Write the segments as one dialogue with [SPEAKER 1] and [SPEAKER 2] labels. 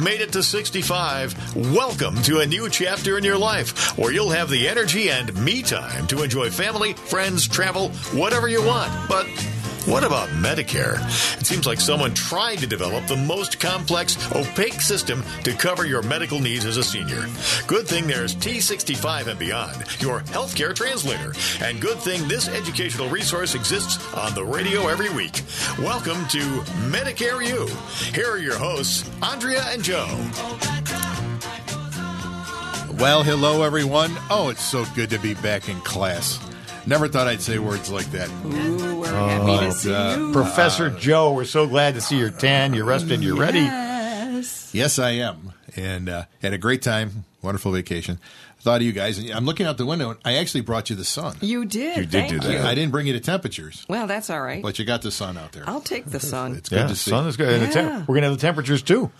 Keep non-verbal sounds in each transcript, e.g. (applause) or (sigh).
[SPEAKER 1] made it to 65, welcome to a new chapter in your life where you'll have the energy and me time to enjoy family, friends, travel, whatever you want. But what about Medicare? It seems like someone tried to develop the most complex, opaque system to cover your medical needs as a senior. Good thing there's T65 and Beyond, your healthcare translator. And good thing this educational resource exists on the radio every week. Welcome to Medicare U. Here are your hosts, Andrea and Joe.
[SPEAKER 2] Well, hello, everyone. Oh, it's so good to be back in class. Never thought I'd say words like that.
[SPEAKER 3] Ooh, we're happy to see
[SPEAKER 2] Oh, uh,
[SPEAKER 3] you.
[SPEAKER 4] Professor Joe, we're so glad to see you're tan, you're rested, you're ready.
[SPEAKER 3] Yes.
[SPEAKER 2] Yes, I am. And uh, had a great time, wonderful vacation. Thought of you guys. And I'm looking out the window, and I actually brought you the sun.
[SPEAKER 3] You did.
[SPEAKER 4] You did
[SPEAKER 3] Thank
[SPEAKER 4] do that.
[SPEAKER 3] you.
[SPEAKER 2] I didn't bring you the temperatures,
[SPEAKER 3] Well, that's all right.
[SPEAKER 2] but you got the sun out there.
[SPEAKER 3] I'll take the sun.
[SPEAKER 2] It's good
[SPEAKER 4] Oh. yeah,
[SPEAKER 2] to see.
[SPEAKER 4] sun is good. And the temp-
[SPEAKER 3] Yeah.
[SPEAKER 4] we're going to have the temperatures too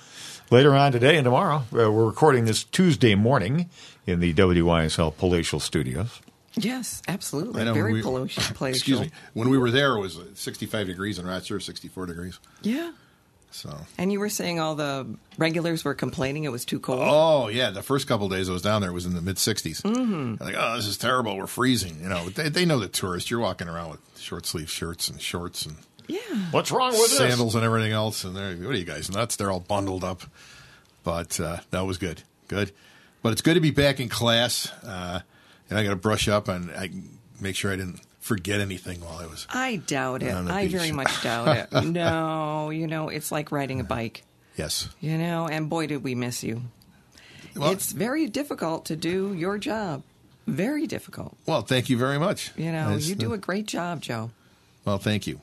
[SPEAKER 4] later on today and tomorrow. Uh, we're recording this Tuesday morning in the WYSL Palatial Studios.
[SPEAKER 3] Yes, absolutely.
[SPEAKER 2] I know,
[SPEAKER 3] Very
[SPEAKER 2] we- (coughs)
[SPEAKER 3] pollution
[SPEAKER 2] (laughs)
[SPEAKER 3] place.
[SPEAKER 2] Excuse me. When we were there, it was uh, 65 degrees in Rochester, 64 degrees.
[SPEAKER 3] Yeah.
[SPEAKER 2] So,
[SPEAKER 3] And you were saying all the regulars were complaining it was too cold.
[SPEAKER 2] oh yeah, the first couple days I was down there it was in the mid 60s. Mm-hmm. Like, oh, this is terrible. We're freezing. You know, they, they know the tourists. You're walking around with short sleeve shirts and shorts and
[SPEAKER 3] Yeah.
[SPEAKER 1] What's wrong with this?
[SPEAKER 2] sandals and everything else. And they're, what are you guys nuts? They're all bundled up. But uh, that was good, good. But it's good to be back in class. Uh, and I got to brush up and I make sure I didn't forget anything while I was.
[SPEAKER 3] I doubt it.
[SPEAKER 2] On the
[SPEAKER 3] I
[SPEAKER 2] beach. (laughs)
[SPEAKER 3] very much doubt it. No, you know, it's like riding a bike,
[SPEAKER 2] Yes.
[SPEAKER 3] you know, and boy, did we miss you.
[SPEAKER 2] Well,
[SPEAKER 3] it's very difficult to do your job. Very difficult.
[SPEAKER 2] well, thank you very much.
[SPEAKER 3] You know,
[SPEAKER 2] Nice-
[SPEAKER 3] you do a great job, Joe.
[SPEAKER 2] Well, thank you.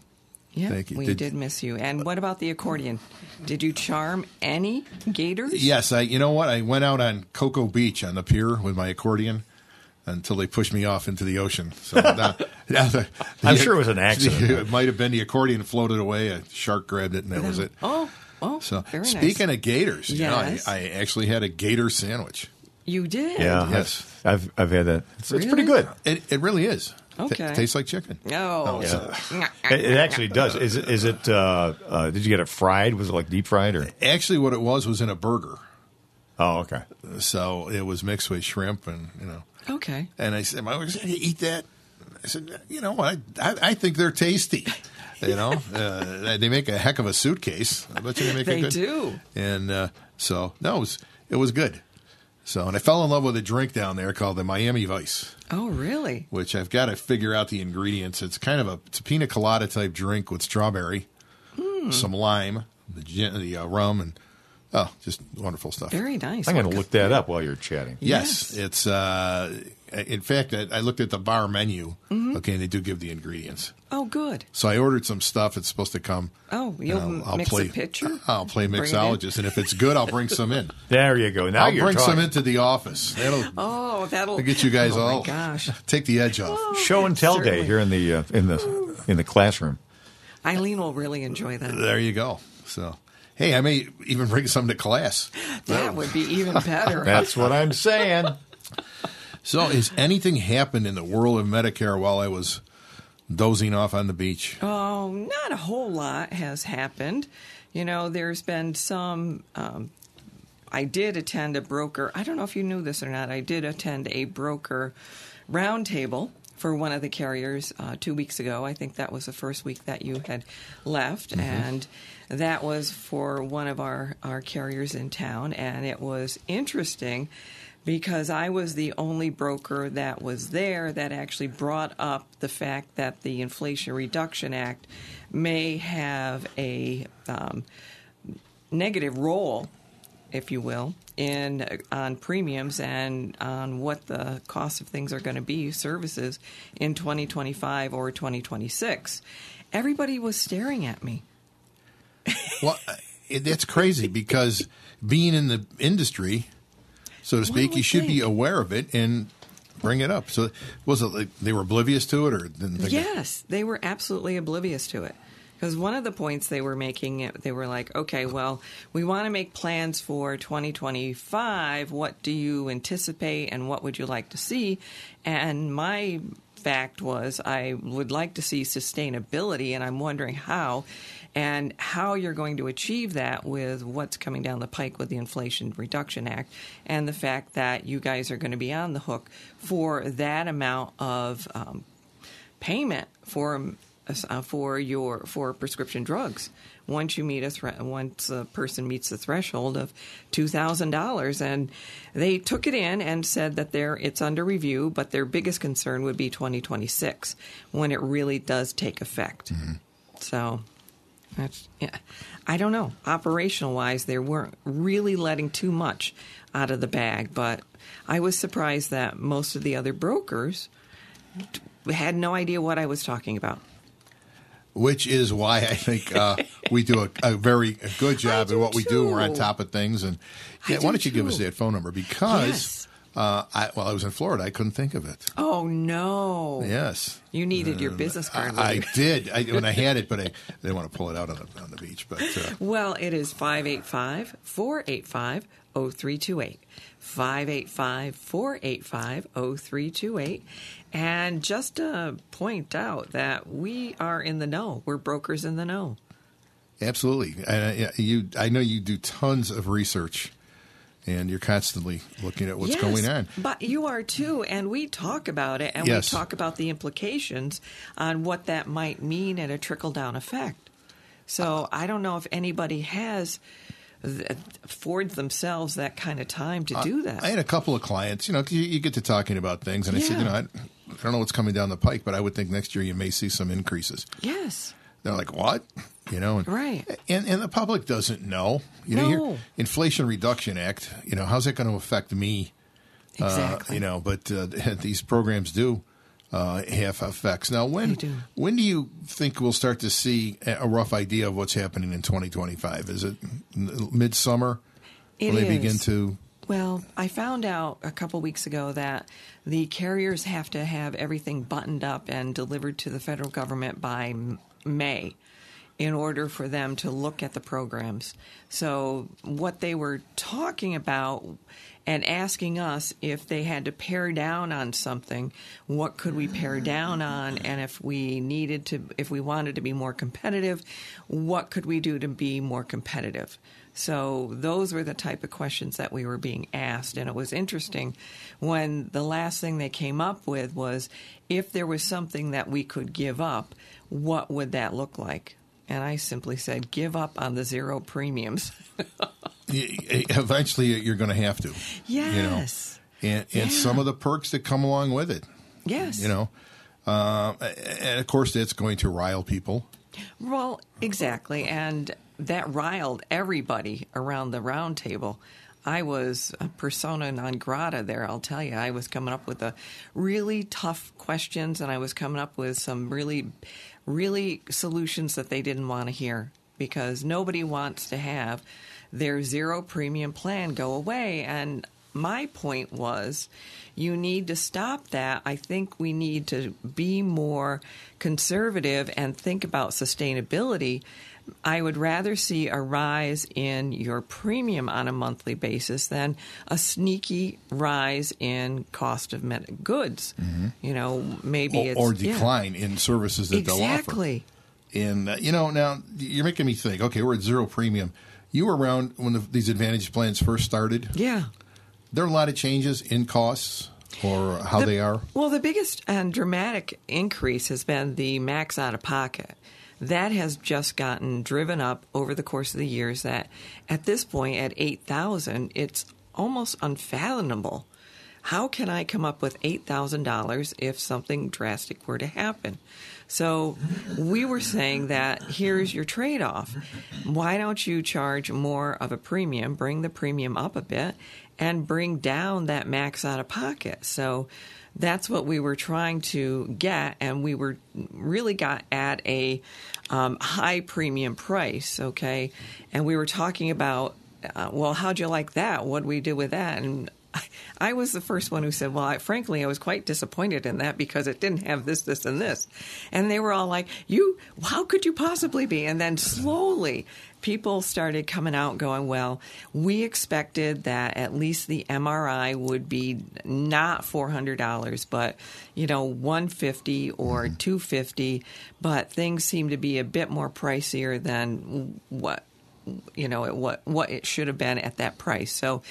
[SPEAKER 3] Yeah,
[SPEAKER 2] Thank you.
[SPEAKER 3] we
[SPEAKER 2] Did-
[SPEAKER 3] did, miss you. And what about the accordion? Did you charm any gators?
[SPEAKER 2] Yes, I. You know what? I went out on Cocoa Beach on the pier with my accordion until they pushed me off into the ocean.
[SPEAKER 4] (laughs)
[SPEAKER 2] So now, now the-
[SPEAKER 4] I'm sure it was an accident.
[SPEAKER 2] It might have been the accordion floated away. A shark grabbed it, and that was it.
[SPEAKER 3] Oh, oh,
[SPEAKER 2] So
[SPEAKER 3] very nice.
[SPEAKER 2] speaking of gators, you know,
[SPEAKER 3] Yes.
[SPEAKER 2] I, I actually had a gator sandwich.
[SPEAKER 3] you did.
[SPEAKER 4] Yeah,
[SPEAKER 2] Yes.
[SPEAKER 4] I've, I've had that. It's, it's pretty
[SPEAKER 3] Really?
[SPEAKER 4] good.
[SPEAKER 2] It, it really is. T-
[SPEAKER 3] Okay.
[SPEAKER 2] tastes like chicken.
[SPEAKER 3] Oh, (laughs)
[SPEAKER 4] Yeah. It, it actually does. Is it? Is it? Uh, uh, did you get it fried? Was it like deep fried or?
[SPEAKER 2] Actually, what it was was in a burger,
[SPEAKER 4] Oh, okay.
[SPEAKER 2] so it was mixed with shrimp, and you know.
[SPEAKER 3] Okay.
[SPEAKER 2] And I said, "My wife said, you eat that." I said, "You know, I I, I think they're tasty. You
[SPEAKER 3] (laughs)
[SPEAKER 2] know, uh, they make a heck of a suitcase. I bet you they make
[SPEAKER 3] They
[SPEAKER 2] a good.
[SPEAKER 3] do.
[SPEAKER 2] And uh, so no, it was it was good. So and I fell in love with a drink down there called the Miami Vice,
[SPEAKER 3] Oh, really?
[SPEAKER 2] which I've got to figure out the ingredients. It's kind of a it's a pina colada type drink with strawberry,
[SPEAKER 3] Hmm.
[SPEAKER 2] some lime, the gin, the uh, rum, and oh, just wonderful stuff.
[SPEAKER 3] Very nice.
[SPEAKER 4] I'm going to look that up while you're chatting.
[SPEAKER 2] Yes,
[SPEAKER 3] Yes.
[SPEAKER 2] it's. Uh, in fact, I, I looked at the bar menu.
[SPEAKER 3] Mm-hmm.
[SPEAKER 2] Okay, and they do give the ingredients.
[SPEAKER 3] Oh, good.
[SPEAKER 2] So I ordered some stuff. It's supposed to come.
[SPEAKER 3] Oh, you'll
[SPEAKER 2] and
[SPEAKER 3] mix a
[SPEAKER 2] play, (laughs)
[SPEAKER 3] picture?
[SPEAKER 2] I'll play
[SPEAKER 3] Bring it in?
[SPEAKER 2] mixologist, and if it's good, I'll bring some
[SPEAKER 3] (laughs)
[SPEAKER 2] in.
[SPEAKER 4] There you go. Now
[SPEAKER 2] I'll
[SPEAKER 4] you're
[SPEAKER 2] bring
[SPEAKER 4] talking.
[SPEAKER 2] some into the office. That'll
[SPEAKER 3] Oh, that'll
[SPEAKER 2] that'll get you guys
[SPEAKER 3] oh,
[SPEAKER 2] all.
[SPEAKER 3] My gosh,
[SPEAKER 2] (laughs)
[SPEAKER 3] Oh.
[SPEAKER 2] take the edge off.
[SPEAKER 4] Oh, Show and tell
[SPEAKER 3] Certainly.
[SPEAKER 4] day here in the uh, in the in the classroom.
[SPEAKER 3] Eileen will really enjoy that.
[SPEAKER 2] There you go. So, hey, I may even bring some to class. Oh.
[SPEAKER 3] That would be
[SPEAKER 4] (laughs)
[SPEAKER 3] even better.
[SPEAKER 4] That's what I'm saying.
[SPEAKER 2] So, has anything happened in the world of Medicare while I was dozing off on the beach?
[SPEAKER 3] oh, not a whole lot has happened. You know, there's been some. Um, I did attend a broker. I don't know if you knew this or not. I did attend a broker roundtable for one of the carriers uh, two weeks ago. I think that was the first week that you had left, and that was for one of our, our carriers in town. And it was interesting because I was the only broker that was there that actually brought up the fact that the Inflation Reduction Act may have a um, negative role, if you will, in on premiums and on what the cost of things are going to be, services in 2025 or 2026. Everybody was staring at me.
[SPEAKER 2] Well, it, that's crazy because being in the industry, so to speak,
[SPEAKER 3] would
[SPEAKER 2] you should be
[SPEAKER 3] think?
[SPEAKER 2] aware of it and bring it up. So, was it like they were oblivious to it or didn't think?
[SPEAKER 3] Yes, they were absolutely oblivious to it. Because one of the points they were making, it- they were like, okay, well, we want to make plans for 2025. What do you anticipate and what would you like to see? And my fact was I would like to see sustainability, and I'm wondering how and how you're going to achieve that with what's coming down the pike with the Inflation Reduction Act and the fact that you guys are going to be on the hook for that amount of um, payment for uh, for your for prescription drugs once you meet a thre- once a person meets the threshold of two thousand dollars and they took it in and said that they it's under review but their biggest concern would be 2026 when it really does take effect so that's, yeah. I don't know. Operational wise, they weren't really letting too much out of the bag, but I was surprised that most of the other brokers t- had no idea what I was talking about.
[SPEAKER 2] which is why I think uh, we do a, a very a good job
[SPEAKER 3] (laughs) I
[SPEAKER 2] at
[SPEAKER 3] do
[SPEAKER 2] what we do. We're on
[SPEAKER 3] too.
[SPEAKER 2] top of things, and yeah,
[SPEAKER 3] do
[SPEAKER 2] why don't you give us
[SPEAKER 3] too.
[SPEAKER 2] that phone number? Because
[SPEAKER 3] Yes.
[SPEAKER 2] uh, I, while I was in Florida, I couldn't think of it.
[SPEAKER 3] Oh, no.
[SPEAKER 2] Yes,
[SPEAKER 3] You needed your business card.
[SPEAKER 2] Uh, I, I
[SPEAKER 3] with you.
[SPEAKER 2] did I, when I had it, but I
[SPEAKER 3] (laughs)
[SPEAKER 2] didn't want to pull it out on the, on the beach. But uh,
[SPEAKER 3] Well, it is 585 485 0328. 585 485 0328. And just to point out that we are in the know, we're brokers in the know.
[SPEAKER 2] absolutely, and uh, yeah, you, I know you do tons of research, and you're constantly looking at what's
[SPEAKER 3] Yes,
[SPEAKER 2] going on.
[SPEAKER 3] But you are too, and we talk about it and
[SPEAKER 2] Yes.
[SPEAKER 3] we talk about the implications on what that might mean and a trickle down effect. So I don't know if anybody has th- afforded themselves that kind of time to do that.
[SPEAKER 2] Uh, I had a couple of clients, you know, 'cause you, you get to talking about things, and I said,
[SPEAKER 3] Yeah.
[SPEAKER 2] you know, I, I don't know what's coming down the pike, but I would think next year you may see some increases.
[SPEAKER 3] yes.
[SPEAKER 2] They're like, what? You know, and,
[SPEAKER 3] Right.
[SPEAKER 2] And and the public doesn't know. You know,
[SPEAKER 3] No.
[SPEAKER 2] your Inflation Reduction Act. You know, how's that going to affect me?
[SPEAKER 3] Exactly.
[SPEAKER 2] Uh, you know, but uh, (laughs) these programs do uh, have effects. Now, when
[SPEAKER 3] They do.
[SPEAKER 2] when do you think we'll start to see a a rough idea of what's happening in 2025? Is it n- midsummer?
[SPEAKER 3] It
[SPEAKER 2] when they begin
[SPEAKER 3] is.
[SPEAKER 2] to
[SPEAKER 3] Well, I found out a couple weeks ago that the carriers have to have everything buttoned up and delivered to the federal government by M- May in order for them to look at the programs. So, what they were talking about and asking us if they had to pare down on something, what could we pare down on? And if we needed to, if we wanted to be more competitive, what could we do to be more competitive? So those were the type of questions that we were being asked. And it was interesting when the last thing they came up with was if there was something that we could give up, what would that look like? And I simply said, give up on the zero premiums.
[SPEAKER 2] y- y- e, eventually uh, you're going to have to.
[SPEAKER 3] Yes.
[SPEAKER 2] You know? And and some of the perks that come along with it.
[SPEAKER 3] Yes.
[SPEAKER 2] You know, uh, and of course that's going to rile people.
[SPEAKER 3] Well, exactly. And that riled everybody around the round table. I was a persona non grata there, I'll tell you. I was coming up with the really tough questions and I was coming up with some really, really solutions that they didn't want to hear because nobody wants to have their zero premium plan go away. And my point was you need to stop that. I think we need to be more conservative and think about sustainability. I would rather see a rise in your premium on a monthly basis than a sneaky rise in cost of med- goods. You know, maybe
[SPEAKER 2] or,
[SPEAKER 3] it's
[SPEAKER 2] Mm-hmm. or
[SPEAKER 3] yeah.
[SPEAKER 2] decline in services that
[SPEAKER 3] exactly.
[SPEAKER 2] they'll offer. And uh, you know, now you're making me think. Okay, we're at zero premium. You were around when the, these advantage plans first started.
[SPEAKER 3] Yeah.
[SPEAKER 2] There are a lot of changes in costs or how
[SPEAKER 3] The-
[SPEAKER 2] they are.
[SPEAKER 3] Well, the biggest and dramatic increase has been the max out of pocket. That has just gotten driven up over the course of the years. That at this point, at eight thousand, it's almost unfathomable. How can I come up with eight thousand dollars if something drastic were to happen? So we were saying that here's your trade off. Why don't you charge more of a premium, bring the premium up a bit, and bring down that max out of pocket? So that's what we were trying to get, and we were really got at a um, high premium price, okay? And (laughs) we were talking about, uh, well, how'd you like that? What'd we do with that? And I, I was the first one who said, Well, I, frankly, I was quite disappointed in that because it didn't have this, this, and this. And they were all like, You, how could you possibly be? And then slowly, people started coming out going, Well, we expected that at least the MRI would be not $400, but, you know, 150 or 250 But things seem to be a bit more pricier than what you know at what what it should have been at that price. So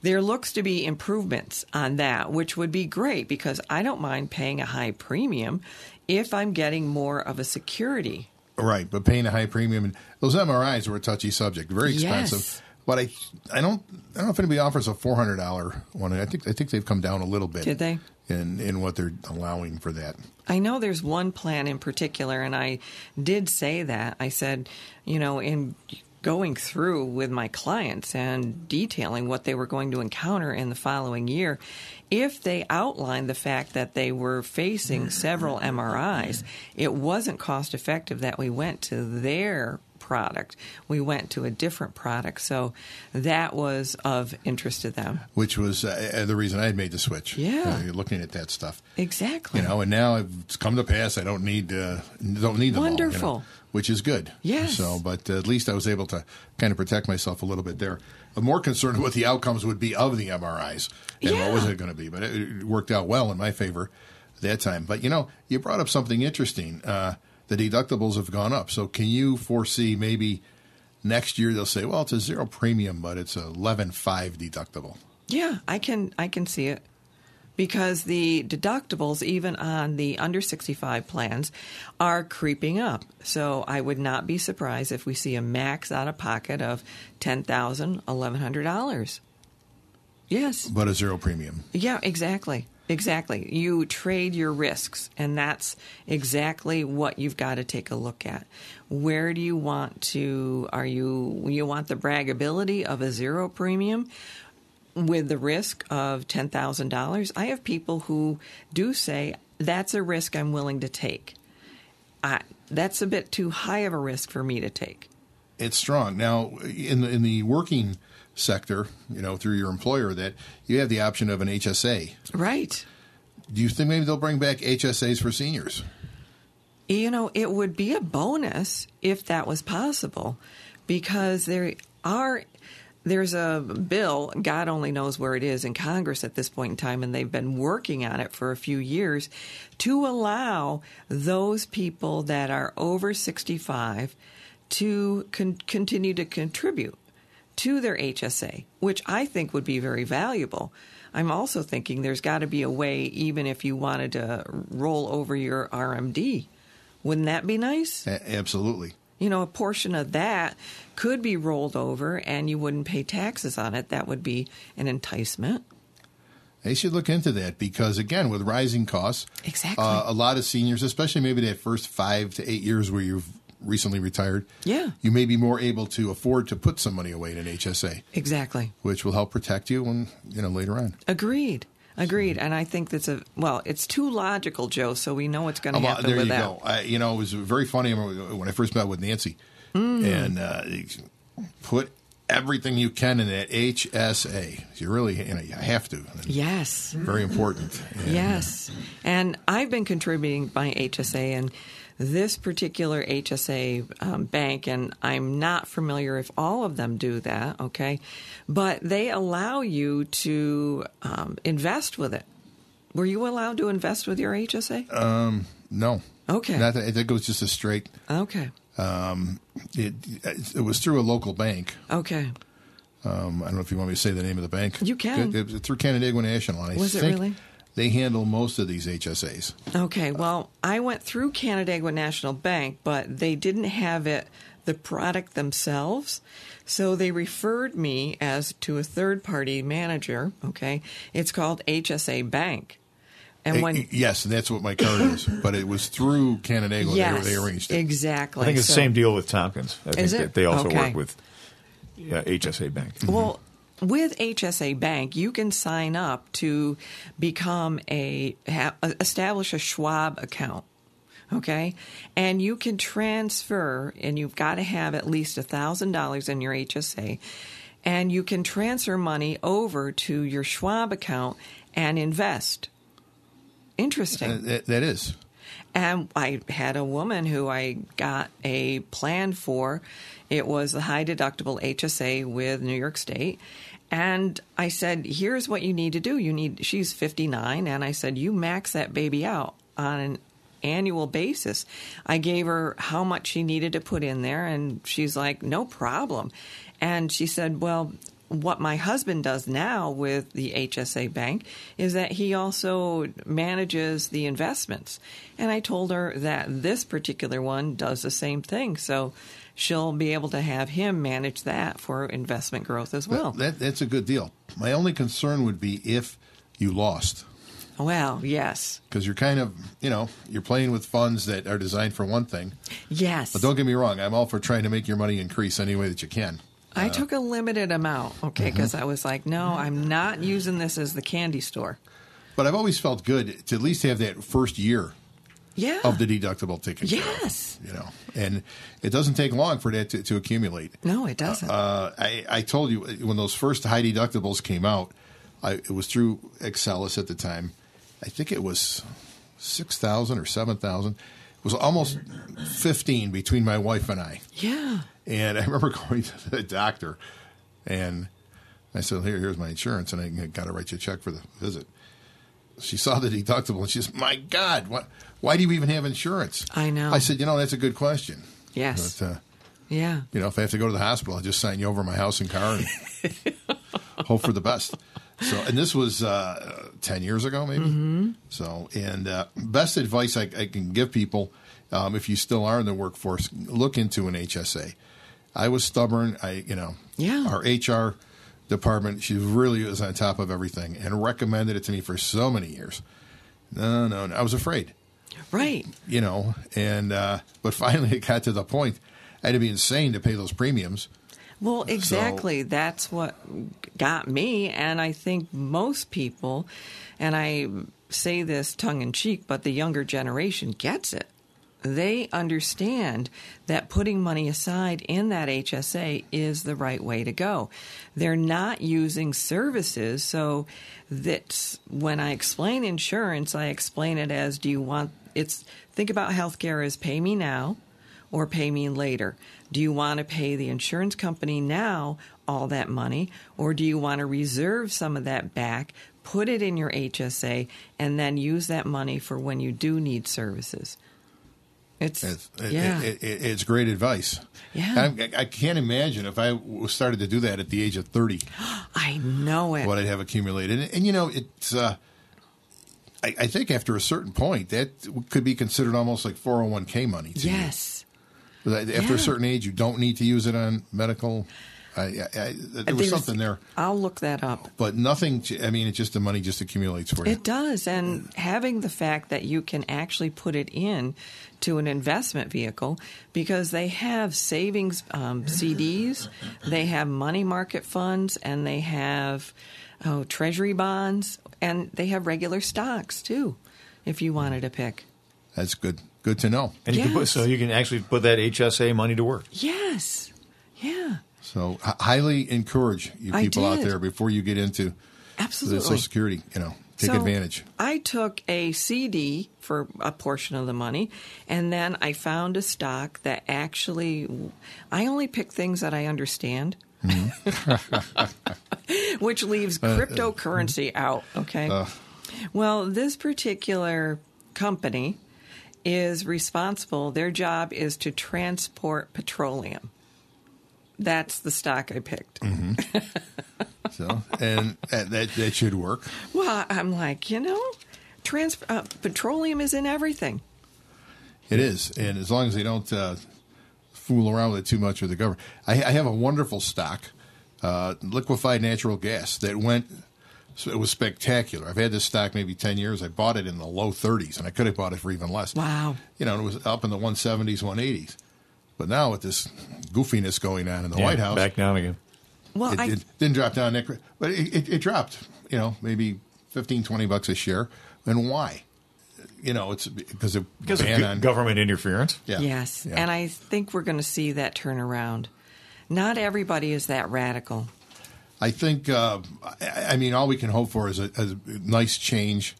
[SPEAKER 3] there looks to be improvements on that, which would be great because I don't mind paying a high premium if I'm getting more of a security.
[SPEAKER 2] Right, but paying a high premium and those MRIs were a touchy subject, very expensive.
[SPEAKER 3] Yes.
[SPEAKER 2] But I, I don't, I don't know if anybody offers a four hundred dollar one. I think, I think they've come down a little bit.
[SPEAKER 3] Did they?
[SPEAKER 2] In in what they're allowing for that.
[SPEAKER 3] I know there's one plan in particular, and I did say that. I said, you know, in going through with my clients and detailing what they were going to encounter in the following year, if they outlined the fact that they were facing several MRIs, it wasn't cost effective that we went to their product. We went to a different product. So that was of interest to them.
[SPEAKER 2] which was uh, uh, the reason I had made the switch.
[SPEAKER 3] Yeah.
[SPEAKER 2] Uh, you're looking at that stuff,
[SPEAKER 3] Exactly.
[SPEAKER 2] you know. And now it's come to pass. I don't need uh, don't need them all, you know,
[SPEAKER 3] Wonderful.
[SPEAKER 2] which is good.
[SPEAKER 3] Yes.
[SPEAKER 2] So, but uh, at least I was able to kind of protect myself a little bit there. I'm more concerned what the outcomes would be of the MRIs and
[SPEAKER 3] Yeah.
[SPEAKER 2] what was it going to be. But it, it worked out well in my favor that time. But you know, you brought up something interesting. Uh, the deductibles have gone up. So, can you foresee maybe? Next year they'll say, "Well, it's a zero premium, but it's a eleven five deductible."
[SPEAKER 3] Yeah, I can I can see it because the deductibles even on the under 65 plans are creeping up. So I would not be surprised if we see a max out of pocket of $10,000, $1100. Yes.
[SPEAKER 2] but a zero premium.
[SPEAKER 3] Yeah, exactly. Exactly. You trade your risks, and that's exactly what you've got to take a look at. Where do you want to are you you want the braggability of a zero premium with the risk of $10,000? I have people who do say that's a risk I'm willing to take. I, that's a bit too high of a risk for me to take.
[SPEAKER 2] It's strong. Now, in the in the working sector, you know, through your employer, that you have the option of an HSA.
[SPEAKER 3] Right.
[SPEAKER 2] Do you think maybe they'll bring back HSAs for seniors?
[SPEAKER 3] You know, it would be a bonus if that was possible because there are there's a bill, God only knows where it is in Congress at this point in time and they've been working on it for a few years to allow those people that are over 65 to con- continue to contribute to their HSA, which I think would be very valuable. I'm also thinking there's got to be a way, even if you wanted to roll over your RMD. Wouldn't that be nice?
[SPEAKER 2] A- absolutely.
[SPEAKER 3] You know, a portion of that could be rolled over and you wouldn't pay taxes on it. That would be an enticement.
[SPEAKER 2] They should look into that because, again, with rising costs,
[SPEAKER 3] Exactly.
[SPEAKER 2] uh, a lot of seniors, especially maybe that first five to eight years where you've recently retired,
[SPEAKER 3] Yeah.
[SPEAKER 2] you may be more able to afford to put some money away in an HSA,
[SPEAKER 3] Exactly.
[SPEAKER 2] which will help protect you when you know later on.
[SPEAKER 3] Agreed. Agreed. And I think that's a, well, it's too logical, Joe, so we know what's going to
[SPEAKER 2] Oh, Well,
[SPEAKER 3] happen
[SPEAKER 2] there
[SPEAKER 3] with
[SPEAKER 2] you
[SPEAKER 3] that.
[SPEAKER 2] go. I, you know, it was very funny when I first met with Nancy,
[SPEAKER 3] Hmm.
[SPEAKER 2] and uh, put everything you can in that HSA. You really, you know, you have to.
[SPEAKER 3] Yes.
[SPEAKER 2] Very important. And,
[SPEAKER 3] Yes. And I've been contributing my HSA and this particular HSA um, bank, and I'm not familiar if all of them do that, okay? But they allow you to um, invest with it. Were you allowed to invest with your HSA?
[SPEAKER 2] No.
[SPEAKER 3] Okay.
[SPEAKER 2] Not that, that goes just a straight.
[SPEAKER 3] okay.
[SPEAKER 2] It, it was through a local bank.
[SPEAKER 3] Okay.
[SPEAKER 2] Um, I don't know if you want me to say the name of the bank.
[SPEAKER 3] You can.
[SPEAKER 2] It, it- through Canandaigua National. and I
[SPEAKER 3] Was it
[SPEAKER 2] think
[SPEAKER 3] really?
[SPEAKER 2] They handle most of these HSAs.
[SPEAKER 3] Okay, well, I went through Canandaigua National Bank, but they didn't have it the product themselves. So they referred me as to a third party manager, okay? It's called HSA Bank. And
[SPEAKER 2] Eh, eh,
[SPEAKER 3] when
[SPEAKER 2] yes, that's what my card is. But it was through Canandaigua.
[SPEAKER 3] yes,
[SPEAKER 2] They, they arranged it.
[SPEAKER 3] exactly.
[SPEAKER 4] I think it's the
[SPEAKER 3] So-
[SPEAKER 4] same deal with Tompkins. I
[SPEAKER 3] Is
[SPEAKER 4] think
[SPEAKER 3] it?
[SPEAKER 4] that they also
[SPEAKER 3] Okay.
[SPEAKER 4] work with uh, HSA Bank.
[SPEAKER 3] Mm-hmm. Well, with HSA Bank, you can sign up to become a ha, establish a Schwab account. Okay, and you can transfer, and you've got to have at least a thousand dollars in your HSA, and you can transfer money over to your Schwab account and invest. Interesting.
[SPEAKER 2] Uh, that, that is.
[SPEAKER 3] And I had a woman who I got a plan for. It was the high deductible HSA with New York State. And I said, here's what you need to do. You need, she's 59. And I said, you max that baby out on an annual basis. I gave her how much she needed to put in there. And she's like, no problem. And she said, well, what my husband does now with the HSA bank is that he also manages the investments. And I told her that this particular one does the same thing. So she'll be able to have him manage that for investment growth as well.
[SPEAKER 2] That, that's a good deal. My only concern would be if you lost,
[SPEAKER 3] well, yes.
[SPEAKER 2] because you're kind of, you know, you're playing with funds that are designed for one thing.
[SPEAKER 3] Yes.
[SPEAKER 2] But don't get me wrong, I'm all for trying to make your money increase any way that you can.
[SPEAKER 3] I took a limited amount, okay,
[SPEAKER 2] Mm-hmm.
[SPEAKER 3] because I was like, no, I'm not using this as the candy store.
[SPEAKER 2] But I've always felt good to at least have that first year
[SPEAKER 3] Yeah.
[SPEAKER 2] of the deductible ticket.
[SPEAKER 3] yes.
[SPEAKER 2] You know, and it doesn't take long for that to, to accumulate.
[SPEAKER 3] No, it doesn't.
[SPEAKER 2] Uh, I, I told you when those first high deductibles came out, I, it was through Excellus at the time. I think it was six thousand or seven thousand. It was almost fifteen between my wife and I.
[SPEAKER 3] yeah.
[SPEAKER 2] And I (laughs) remember going to the doctor, and I said, "Here, here's my insurance, and I got to write you a check for the visit." She saw the deductible, and she says, "My God, what? Why do you even have insurance?"
[SPEAKER 3] I know.
[SPEAKER 2] I said, "You know, that's a good question."
[SPEAKER 3] Yes.
[SPEAKER 2] But, uh,
[SPEAKER 3] yeah.
[SPEAKER 2] you know, if I have to go to the hospital, I'll just sign you over my house and car and hope for the best. So, and this was uh, 10 years ago, maybe. So, and uh, best advice I, I can give people um, if you still are in the workforce, look into an HSA. I was stubborn. I, you know,
[SPEAKER 3] Yeah.
[SPEAKER 2] our HR department, she really was on top of everything and recommended it to me for so many years. No, no, no. I was afraid
[SPEAKER 3] Right.
[SPEAKER 2] you know, and uh, but finally it got to the point I had to be insane to pay those premiums.
[SPEAKER 3] Well, exactly. That's what got me, and I think most people, and I say this tongue in cheek, but the younger generation gets it. They understand that putting money aside in that HSA is the right way to go. They're not using services, so that's when I explain insurance, I explain it as do you want it's think about healthcare as pay me now or pay me later? Do you want to pay the insurance company now all that money, or do you want to reserve some of that back, put it in your HSA, and then use that money for when you do need services? It's,
[SPEAKER 2] It's, it,
[SPEAKER 3] yeah,
[SPEAKER 2] it, it, it's great advice.
[SPEAKER 3] Yeah.
[SPEAKER 2] I'm- I, I can't imagine if I w- started to do that at the age of thirty,
[SPEAKER 3] I know it.
[SPEAKER 2] what I'd have accumulated. And, and you know, it's. Uh, I, I think after a certain point, that could be considered almost like four hundred one k money. to you.
[SPEAKER 3] yes,
[SPEAKER 2] After
[SPEAKER 3] Yeah.
[SPEAKER 2] a certain age, you don't need to use it on medical. I, I, I, there was
[SPEAKER 3] There's-
[SPEAKER 2] something there,
[SPEAKER 3] I'll look that up.
[SPEAKER 2] but nothing. to- I mean, it's just the money just accumulates for you.
[SPEAKER 3] It does, and having the fact that you can actually put it in to an investment vehicle because they have savings um, CDs, they have money market funds, and they have oh treasury bonds, and they have regular stocks too, if you wanted to pick.
[SPEAKER 2] That's good. Good to know.
[SPEAKER 4] And you can put,
[SPEAKER 3] Yes.
[SPEAKER 4] so you can actually put that HSA money to work.
[SPEAKER 3] Yes, yeah,
[SPEAKER 2] So h- highly encourage you
[SPEAKER 3] I
[SPEAKER 2] people out
[SPEAKER 3] did.
[SPEAKER 2] there before you get into the
[SPEAKER 3] absolutely.
[SPEAKER 2] Social Security. You know, take
[SPEAKER 3] So,
[SPEAKER 2] advantage.
[SPEAKER 3] I took a CD for a portion of the money, and then I found a stock that actually, I only pick things that I understand.
[SPEAKER 2] Mm-hmm. (laughs)
[SPEAKER 3] (laughs) Which
[SPEAKER 2] Uh,
[SPEAKER 3] leaves cryptocurrency out, okay? well, this particular company is responsible. Their job is to transport petroleum. That's the stock I picked.
[SPEAKER 2] Mm-hmm. So and, and that that should work.
[SPEAKER 3] Well, I'm like, you know, trans- uh, petroleum is in everything.
[SPEAKER 2] It is, and as long as they don't uh, fool around with it too much with the government. I, I have a wonderful stock, uh, liquefied natural gas that went. So it was spectacular. I've had this stock maybe ten years. I bought it in the low 30s, and I could have bought it for even less.
[SPEAKER 3] Wow.
[SPEAKER 2] You know, and it was up in the 170s, 180s. But now with this goofiness going on in the White
[SPEAKER 4] Yeah,
[SPEAKER 2] House,
[SPEAKER 4] Back down again.
[SPEAKER 3] Well,
[SPEAKER 2] it,
[SPEAKER 3] I,
[SPEAKER 2] it didn't drop down that quick, but it, it, it dropped, you know, maybe 15, 20 bucks a share. And why? You know, it's because of
[SPEAKER 4] Because of
[SPEAKER 2] ban
[SPEAKER 4] go-
[SPEAKER 2] on-
[SPEAKER 4] government interference.
[SPEAKER 2] Yeah.
[SPEAKER 3] yes,
[SPEAKER 2] Yeah.
[SPEAKER 3] and I think we're going to see that turnaround. Not everybody is that radical.
[SPEAKER 2] I think, uh, I, I mean, all we can hope for is a, is a nice change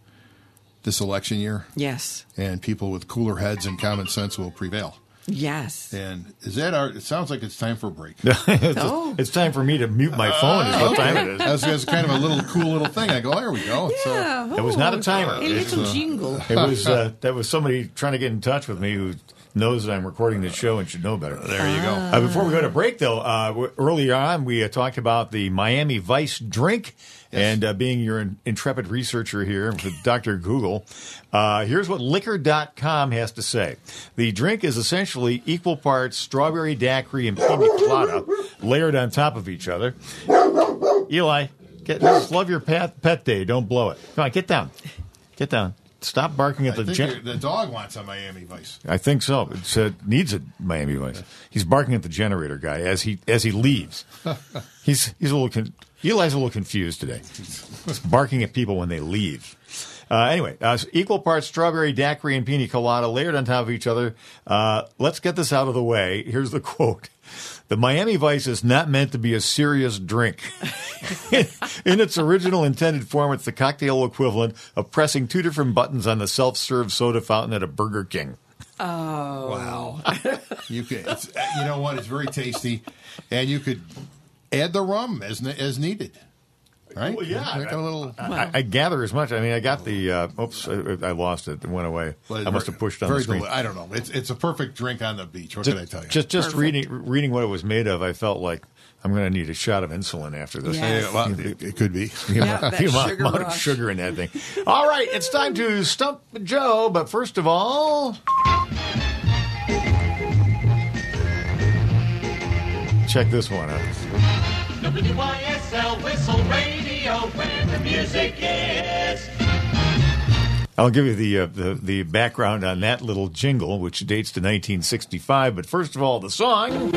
[SPEAKER 2] this election year,
[SPEAKER 3] Yes.
[SPEAKER 2] and people with cooler heads and common sense will prevail.
[SPEAKER 3] Yes.
[SPEAKER 2] And is that our? It sounds like it's time for a break.
[SPEAKER 4] (laughs) it's,
[SPEAKER 3] Oh.
[SPEAKER 4] it's time for me to mute my phone. Is
[SPEAKER 2] Oh.
[SPEAKER 4] what time it is?
[SPEAKER 2] That's, that's kind of a little cool little thing. I go, "Oh, there we go. So-
[SPEAKER 3] Yeah.
[SPEAKER 4] It was not a
[SPEAKER 3] oh,
[SPEAKER 4] timer.
[SPEAKER 3] A little jingle.
[SPEAKER 4] It was uh, that was somebody trying to get in touch with me who knows that I'm recording this show and should know better.
[SPEAKER 2] there you go.
[SPEAKER 4] Uh, before we go to break, though, uh, w- earlier on we uh, talked about the Miami Vice drink and uh, being your in- intrepid researcher here with Dr. Google. Uh, here's what liquor.com has to say The drink is essentially equal parts strawberry daiquiri and pina colada layered on top of each other. Eli, get, just love your pet, pet day. Don't blow it. Come on, get down. Get down. Stop barking at
[SPEAKER 2] I
[SPEAKER 4] the
[SPEAKER 2] think
[SPEAKER 4] gen-
[SPEAKER 2] your- the dog wants a Miami Vice.
[SPEAKER 4] I think so. It uh, needs a Miami Vice. He's barking at the generator guy as he as he leaves. He's he's a little con- Eli's a little confused today. He's barking at people when they leave. Uh, anyway, uh, so equal parts strawberry daiquiri and pina colada layered on top of each other. Uh, let's get this out of the way. Here's the quote. The Miami Vice is not meant to be a serious drink. (laughs) In its original intended form, it's the cocktail equivalent of pressing two different buttons on the self serve soda fountain at a Burger King.
[SPEAKER 2] Wow.
[SPEAKER 4] Um, (laughs)
[SPEAKER 2] you could, it's, you know what? It's very tasty, and you could add the rum as ne- as needed. Right?
[SPEAKER 4] Well, yeah.
[SPEAKER 2] Like a little.
[SPEAKER 4] I, I gather as much. I mean, I got the. Uh, oops, I, I lost it. It went away.
[SPEAKER 2] Well,
[SPEAKER 4] I must
[SPEAKER 2] very-
[SPEAKER 4] have pushed on
[SPEAKER 2] very
[SPEAKER 4] the screen.
[SPEAKER 2] deli- I don't know. It's it's a perfect drink on the beach. What can I tell you?
[SPEAKER 4] Just just reading reading what it was made of, I felt like I'm going to need a shot of insulin after this.
[SPEAKER 3] Yeah.
[SPEAKER 2] Yeah, well, it, it could be.
[SPEAKER 4] The
[SPEAKER 3] Yeah,
[SPEAKER 4] amount,
[SPEAKER 3] that
[SPEAKER 4] the amount-
[SPEAKER 3] sugar
[SPEAKER 4] amount of
[SPEAKER 3] rush.
[SPEAKER 4] sugar in that thing. All right, it's time to stump Joe. But first of all, check this one out.
[SPEAKER 5] WYSL Whistle Radio, where the music is.
[SPEAKER 4] I'll give you the, uh, the the background on that little jingle, which dates to 1965. But first of all, the song.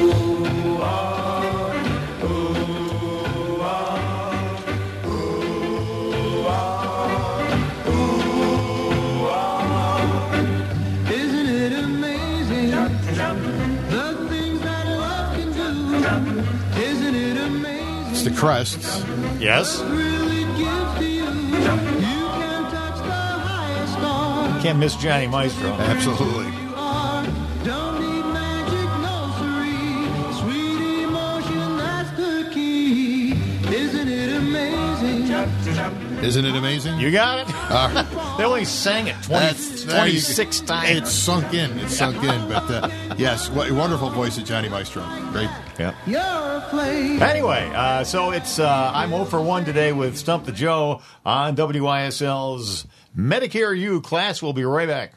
[SPEAKER 6] Isn't it amazing? The things that love can do. Isn't it
[SPEAKER 2] It's
[SPEAKER 6] amazing?
[SPEAKER 2] the crests.
[SPEAKER 4] Yes.
[SPEAKER 6] Really gives to you. You can touch the highest star.
[SPEAKER 4] Can't miss Johnny Maestro.
[SPEAKER 2] Absolutely.
[SPEAKER 6] You are. Don't need magic, no siree. Sweet emotion, that's the key. Isn't it amazing?
[SPEAKER 2] Isn't it amazing?
[SPEAKER 4] You got (laughs) it? they only sang it 20,
[SPEAKER 2] there you-
[SPEAKER 4] 26
[SPEAKER 2] It's
[SPEAKER 4] times.
[SPEAKER 2] sunk in. It's sunk in. But uh, yes, w- wonderful voice of Johnny Maestro. Great.
[SPEAKER 4] Yeah.
[SPEAKER 6] You're a place.
[SPEAKER 4] Anyway, uh, so it's uh, I'm 0 for 1 today with Stump the Joe on WYSL's Medicare U class. We'll be right back.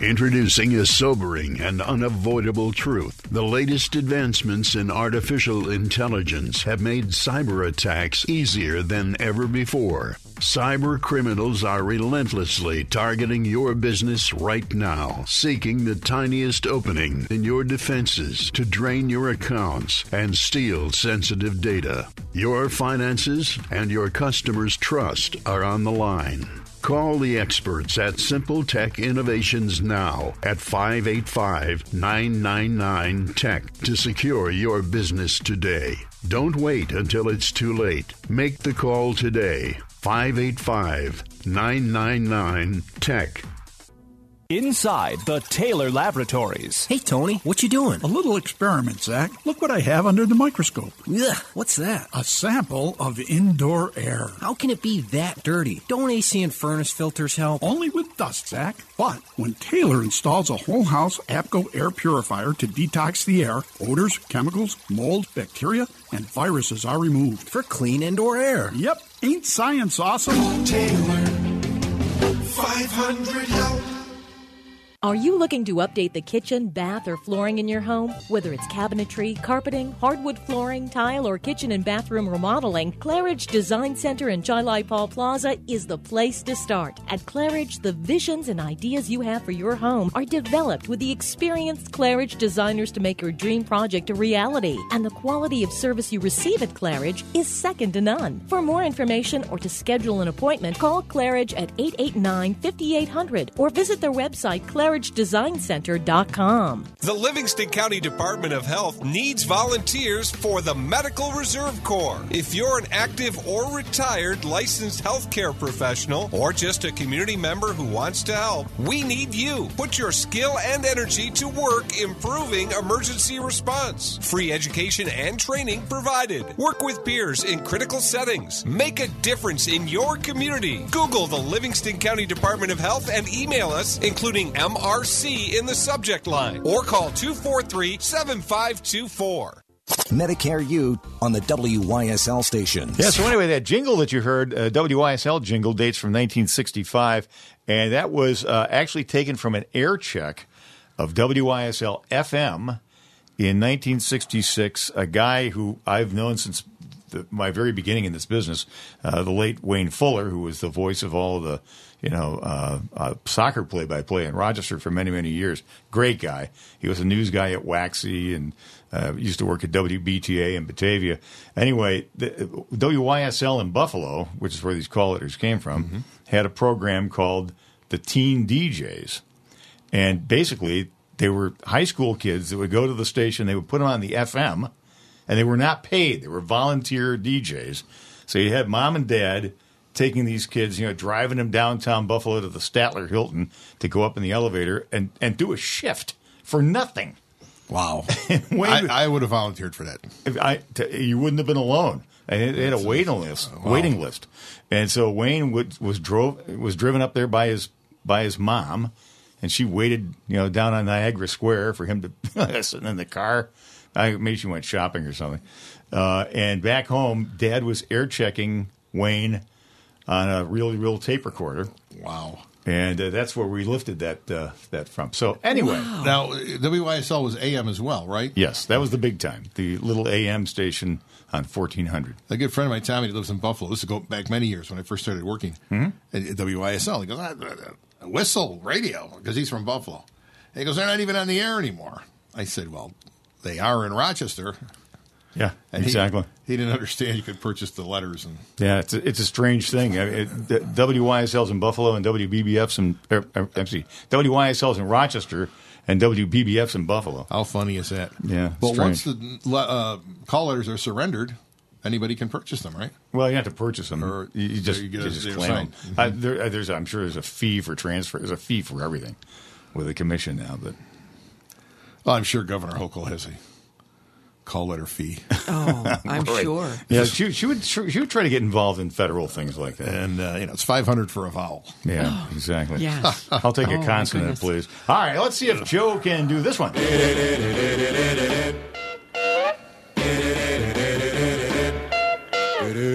[SPEAKER 7] Introducing a sobering and unavoidable truth. The latest advancements in artificial intelligence have made cyber attacks easier than ever before. Cyber criminals are relentlessly targeting your business right now, seeking the tiniest opening in your defenses to drain your accounts and steal sensitive data. Your finances and your customers' trust are on the line. Call the experts at Simple Tech Innovations now at 585 999 Tech E to secure your business today. Don't wait until it's too late. Make the call today. 585 999 Tech.
[SPEAKER 8] Inside the Taylor Laboratories.
[SPEAKER 9] Hey, Tony, what you doing?
[SPEAKER 10] A little experiment, Zach. Look what I have under the microscope
[SPEAKER 9] Ugh, what's that?
[SPEAKER 10] a sample of indoor air.
[SPEAKER 9] How can it be that dirty? Don't AC and furnace filters help?
[SPEAKER 10] Only with dust, Zach. But when Taylor installs a whole house APCO air purifier to detox the air, odors, chemicals, mold, bacteria, and viruses are removed.
[SPEAKER 9] For clean indoor air.
[SPEAKER 10] Yep, ain't science awesome?
[SPEAKER 6] Taylor, 500 help.
[SPEAKER 11] Are you looking to update the kitchen, bath, or flooring in your home? Whether it's cabinetry, carpeting, hardwood flooring, tile, or kitchen and bathroom remodeling, Claridge Design Center in Chilai Paul Plaza is the place to start. At Claridge, the visions and ideas you have for your home are developed with the experienced Claridge designers to make your dream project a reality. And the quality of service you receive at Claridge is second to none. For more information or to schedule an appointment, call Claridge at 889 5800 or visit their website, Claridge ClarridgeDesignCenter.com.
[SPEAKER 12] The Livingston County Department of Health needs volunteers for the Medical Reserve Corps. If you're an active or retired licensed healthcare professional or just a community member who wants to help, we need you. Put your skill and energy to work improving emergency response. Free education and training provided. Work with peers in critical settings. Make a difference in your community. Google the Livingston County Department of Health and email us, including MRC in the subject line, or call 243 7524.
[SPEAKER 13] Medicare U on the WYSL station.
[SPEAKER 4] Yeah, so anyway, that jingle that you heard, uh, WYSL jingle, dates from 1965, and that was uh, actually taken from an air check of WYSL FM in 1966. A guy who I've known since the, my very beginning in this business, uh, the late Wayne Fuller, who was the voice of all the you know uh, uh, soccer play-by-play in Rochester for many many years. Great guy. He was a news guy at Waxy and uh, used to work at WBTA in Batavia. Anyway, the, WYSL in Buffalo, which is where these call letters came from, had a program called the Teen DJs, and basically they were high school kids that would go to the station. They would put them on the FM and they were not paid. They were volunteer DJs. So you had mom and dad taking these kids, you know, driving them downtown Buffalo to the Statler Hilton to go up in the elevator and, and do a shift for nothing. (laughs)
[SPEAKER 2] Wow.
[SPEAKER 4] I,
[SPEAKER 2] would have volunteered for that.
[SPEAKER 4] I, t- you wouldn't have been alone. And it, it had a waiting list, waiting list, and so Wayne would, was drove was driven up there by his by his mom, and she waited, you know, down on Niagara Square for him to (laughs) sitting in the car. I maybe she went shopping or something. Uh, and back home, Dad was air checking Wayne on a really real tape recorder.
[SPEAKER 2] Wow.
[SPEAKER 4] And uh, that's where we lifted that uh, that from. So anyway,
[SPEAKER 2] now WYSL was AM as well, right?
[SPEAKER 4] yes, that was the big time, the little AM station on fourteen hundred.
[SPEAKER 2] A good friend of mine, Tommy, that lives in Buffalo. This is go back many years when I first started working
[SPEAKER 4] Mm-hmm.
[SPEAKER 2] at, at WYSL. He goes, "Ah, ah, ah, "Whistle radio," because he's from Buffalo. And he goes, "They're not even on the air anymore." I said, "Well, they are in Rochester."
[SPEAKER 4] Yeah,
[SPEAKER 2] And he-
[SPEAKER 4] exactly.
[SPEAKER 2] He, didn't understand you could purchase the letters and
[SPEAKER 4] Yeah, it's a, it's a strange thing. I mean, it, the WYSL's in Buffalo and WBBF's in er, er, I'm sorry, WYSL's in Rochester and WBBF's in Buffalo.
[SPEAKER 2] How funny is that?
[SPEAKER 4] Yeah,
[SPEAKER 2] But
[SPEAKER 4] strange.
[SPEAKER 2] once the le- uh, call letters are surrendered, anybody can purchase them, right?
[SPEAKER 4] Well, you have to purchase them. Or you, you just,
[SPEAKER 2] you
[SPEAKER 4] you
[SPEAKER 2] get a
[SPEAKER 4] just
[SPEAKER 2] zero
[SPEAKER 4] claim
[SPEAKER 2] sign.
[SPEAKER 4] them. I, there, uh, there's, I'm sure there's a fee for transfer. There's a fee for everything with a commission now. But
[SPEAKER 2] well, I'm sure Governor Hochul has a call letter fee. (laughs)
[SPEAKER 3] Oh, I'm
[SPEAKER 2] Right.
[SPEAKER 3] sure.
[SPEAKER 4] Yeah, she, she would she would try to get involved in federal things like that.
[SPEAKER 2] And uh, you know, it's five hundred for a vowel.
[SPEAKER 4] Yeah, exactly.
[SPEAKER 2] Yes.
[SPEAKER 4] (laughs) I'll take
[SPEAKER 2] Oh,
[SPEAKER 4] a
[SPEAKER 2] my
[SPEAKER 4] consonant,
[SPEAKER 2] goodness.
[SPEAKER 4] please. All right, let's see if Joe can do this one.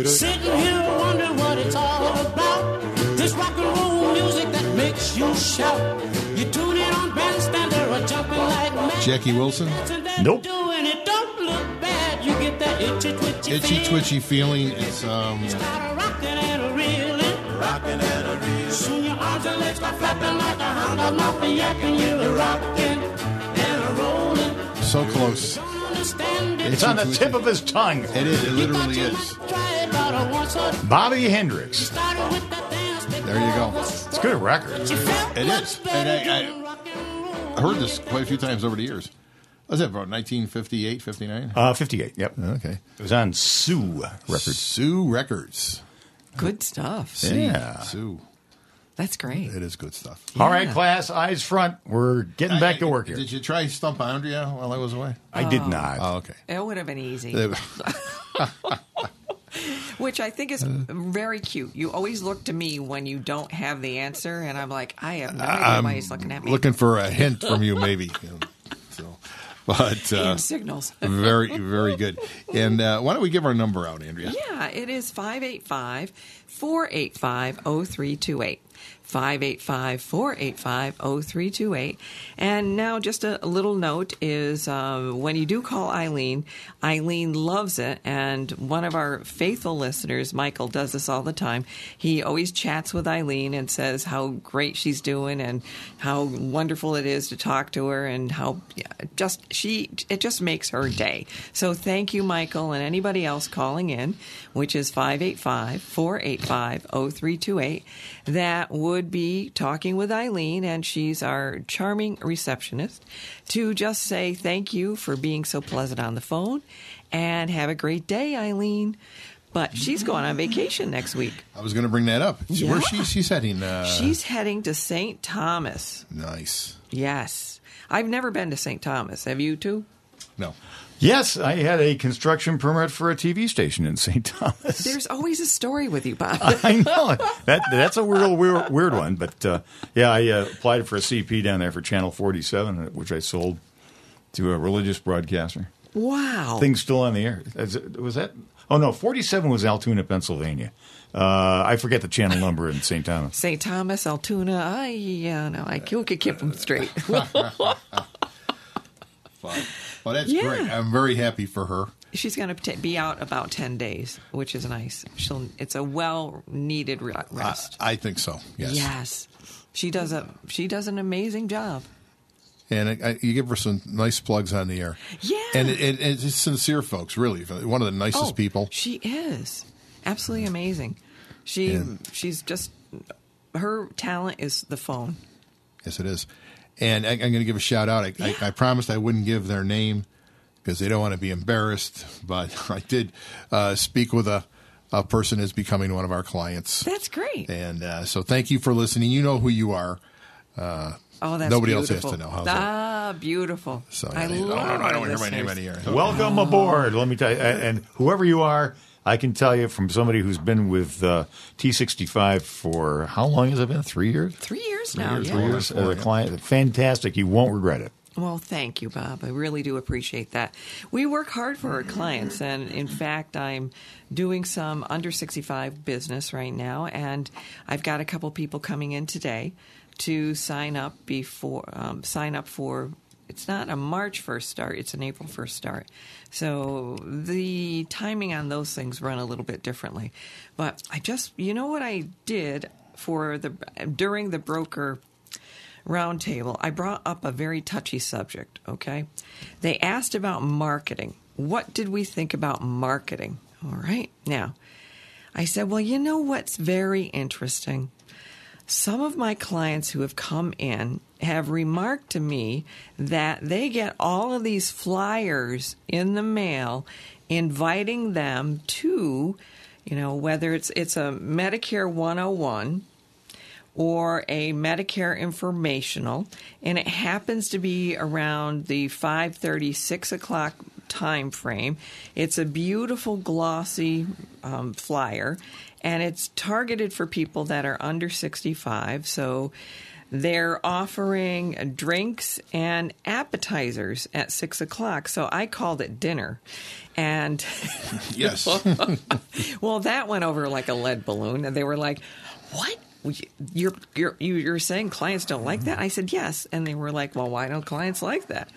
[SPEAKER 5] Sitting here wondering what it's all about. This rock and roll music that makes you shout. You tune in on bandstand, they're a jumping like mad.
[SPEAKER 2] Jackie Wilson.
[SPEAKER 4] Nope.
[SPEAKER 5] Doing it, don't look bad. You get that itchy twitchy
[SPEAKER 2] Itchy
[SPEAKER 5] feeling.
[SPEAKER 2] twitchy feeling. It's um.
[SPEAKER 5] Rocking and a reeling. Rocking and a reeling. Soon your arms and legs start flapping like a hound of mouth yakking. You're rocking and a rolling.
[SPEAKER 2] So close.
[SPEAKER 5] Understand it.
[SPEAKER 4] It's on the tip of his tongue. It
[SPEAKER 2] is. It literally is.
[SPEAKER 5] Try it out once or
[SPEAKER 4] Bobby Hendricks.
[SPEAKER 5] started with that dance.
[SPEAKER 2] There you go.
[SPEAKER 4] It's a good record.
[SPEAKER 2] It is. And I, I heard this quite a few times over the years. Was that about 1958, 59?
[SPEAKER 4] Uh, 58, yep.
[SPEAKER 2] Okay.
[SPEAKER 4] It was on Sue Records.
[SPEAKER 2] Sue Records.
[SPEAKER 3] Good stuff.
[SPEAKER 4] Yeah.
[SPEAKER 2] Sue.
[SPEAKER 3] That's great.
[SPEAKER 2] It is good stuff.
[SPEAKER 4] All right, class, eyes front. We're getting back to work here.
[SPEAKER 2] Did you try Stump Andrea while I was away?
[SPEAKER 4] I did not.
[SPEAKER 2] Oh, okay.
[SPEAKER 3] It would have been easy. Which I think is very cute. You always look to me when you don't have the answer, and I'm like, I have no idea
[SPEAKER 2] I'm
[SPEAKER 3] why he's looking at me.
[SPEAKER 2] (laughs) looking for a hint from you, maybe. (laughs) so, but uh, (laughs)
[SPEAKER 3] And signals. (laughs)
[SPEAKER 2] very, very good. And uh, why don't we give our number out, Andrea?
[SPEAKER 3] Yeah, it is 585 485 0328. 585 485 0328. And now, just a little note is uh, when you do call Eileen, Eileen loves it. And one of our faithful listeners, Michael, does this all the time. He always chats with Eileen and says how great she's doing and how wonderful it is to talk to her and how yeah, just she, it just makes her day. So thank you, Michael, and anybody else oh calling in, which is 585 485 0328. That would would be talking with Eileen, and she's our charming receptionist, to just say thank you for being so pleasant on the phone and have a great day, Eileen. But she's going on vacation next week.
[SPEAKER 2] I was going to bring that up.
[SPEAKER 3] Yeah.
[SPEAKER 2] Where's she? She's heading. Uh,
[SPEAKER 3] she's heading to St. Thomas.
[SPEAKER 2] nice.
[SPEAKER 3] Yes. I've never been to St. Thomas. Have you two?
[SPEAKER 2] No.
[SPEAKER 4] Yes, I had a construction permit for a TV station in St. Thomas.
[SPEAKER 3] There's always a story with you, Bob.
[SPEAKER 4] (laughs)
[SPEAKER 2] Uh,
[SPEAKER 4] I know that that's a weird, weird, weird one, but uh, yeah, I uh, applied for a CP down there for Channel 47, which I sold to a religious broadcaster.
[SPEAKER 3] (laughs)
[SPEAKER 2] Oh.
[SPEAKER 3] Wow.
[SPEAKER 4] Thing's still on the air. Is it- was that? Oh no, 47 was Altoona, Pennsylvania. Uh, I forget the channel number in St. Thomas.
[SPEAKER 3] St. Thomas, Altoona. I yeah, no, I could keep
[SPEAKER 2] (laughs)
[SPEAKER 3] them straight.
[SPEAKER 2] Uh-huh. Well, that's
[SPEAKER 3] Yeah.
[SPEAKER 2] great. I'm very happy for her.
[SPEAKER 3] (laughs) She's going to be out about ten days, which is nice. She'll. It's a well-needed re- rest.
[SPEAKER 2] I, I think so. Uh, Yes.
[SPEAKER 3] Yes. She does a. She does an amazing job.
[SPEAKER 2] And I, I, you give her some nice plugs on the air.
[SPEAKER 3] Yeah.
[SPEAKER 2] And it, it, it's sincere, folks. Really, one of the nicest
[SPEAKER 3] Oh,
[SPEAKER 2] people.
[SPEAKER 3] She is absolutely amazing. She
[SPEAKER 2] Yeah.
[SPEAKER 3] she's just her talent is the phone.
[SPEAKER 2] Yes, it is. And I, I'm going to give a shout out. I, I, I promised I wouldn't give their name because they don't want to be embarrassed. But (laughs) I did uh, speak with a, a person who's becoming one of our clients.
[SPEAKER 3] That's great.
[SPEAKER 2] And uh, so thank you for listening. You know who you are. Uh,
[SPEAKER 3] Oh, that's
[SPEAKER 2] nobody else
[SPEAKER 3] beautiful.
[SPEAKER 2] has to know. How's that?
[SPEAKER 3] ah, beautiful.
[SPEAKER 2] So, yeah,
[SPEAKER 3] I
[SPEAKER 2] they- I don't-
[SPEAKER 3] love
[SPEAKER 2] I don't
[SPEAKER 3] our
[SPEAKER 2] hear my name
[SPEAKER 3] listeners.
[SPEAKER 2] anywhere.
[SPEAKER 4] Welcome aboard. Let me tell you, and whoever you are, I can tell you from somebody who's been with uh, T65 for how long has it been? Three years.
[SPEAKER 3] Three years now. yeah.
[SPEAKER 4] Three years as a client. Fantastic. You won't regret it.
[SPEAKER 3] Well, thank you, Bob. I really do appreciate that. We work hard for our clients, and in fact, I'm doing some under 65 business right now, and I've got a couple people coming in today to sign up before um, sign up for. It's not a March 1st start, it's an April 1st start. So the timing on those things run a little bit differently. But I just, you know what I did for the during the broker roundtable, I brought up a very touchy subject, okay? They asked about marketing. What did we think about marketing? All right. Now, I said, well, you know what's very interesting? Some of my clients who have come in have remarked to me that they get all of these flyers in the mail inviting them to, you know, whether it's it's a Medicare 101 or a Medicare informational, and it happens to be around the 5:30, 6 o'clock time frame. It's a beautiful glossy um, flyer, and it's targeted for people that are under 65. So they're offering drinks and appetizers at six o'clock. So I called it dinner, and (laughs)
[SPEAKER 2] Yes.
[SPEAKER 3] well, that went over like a lead balloon, and they were like, "What? We- You're you're you- you're saying clients don't like that?" I said, "Yes," and they were like, "Well, why don't clients like that?"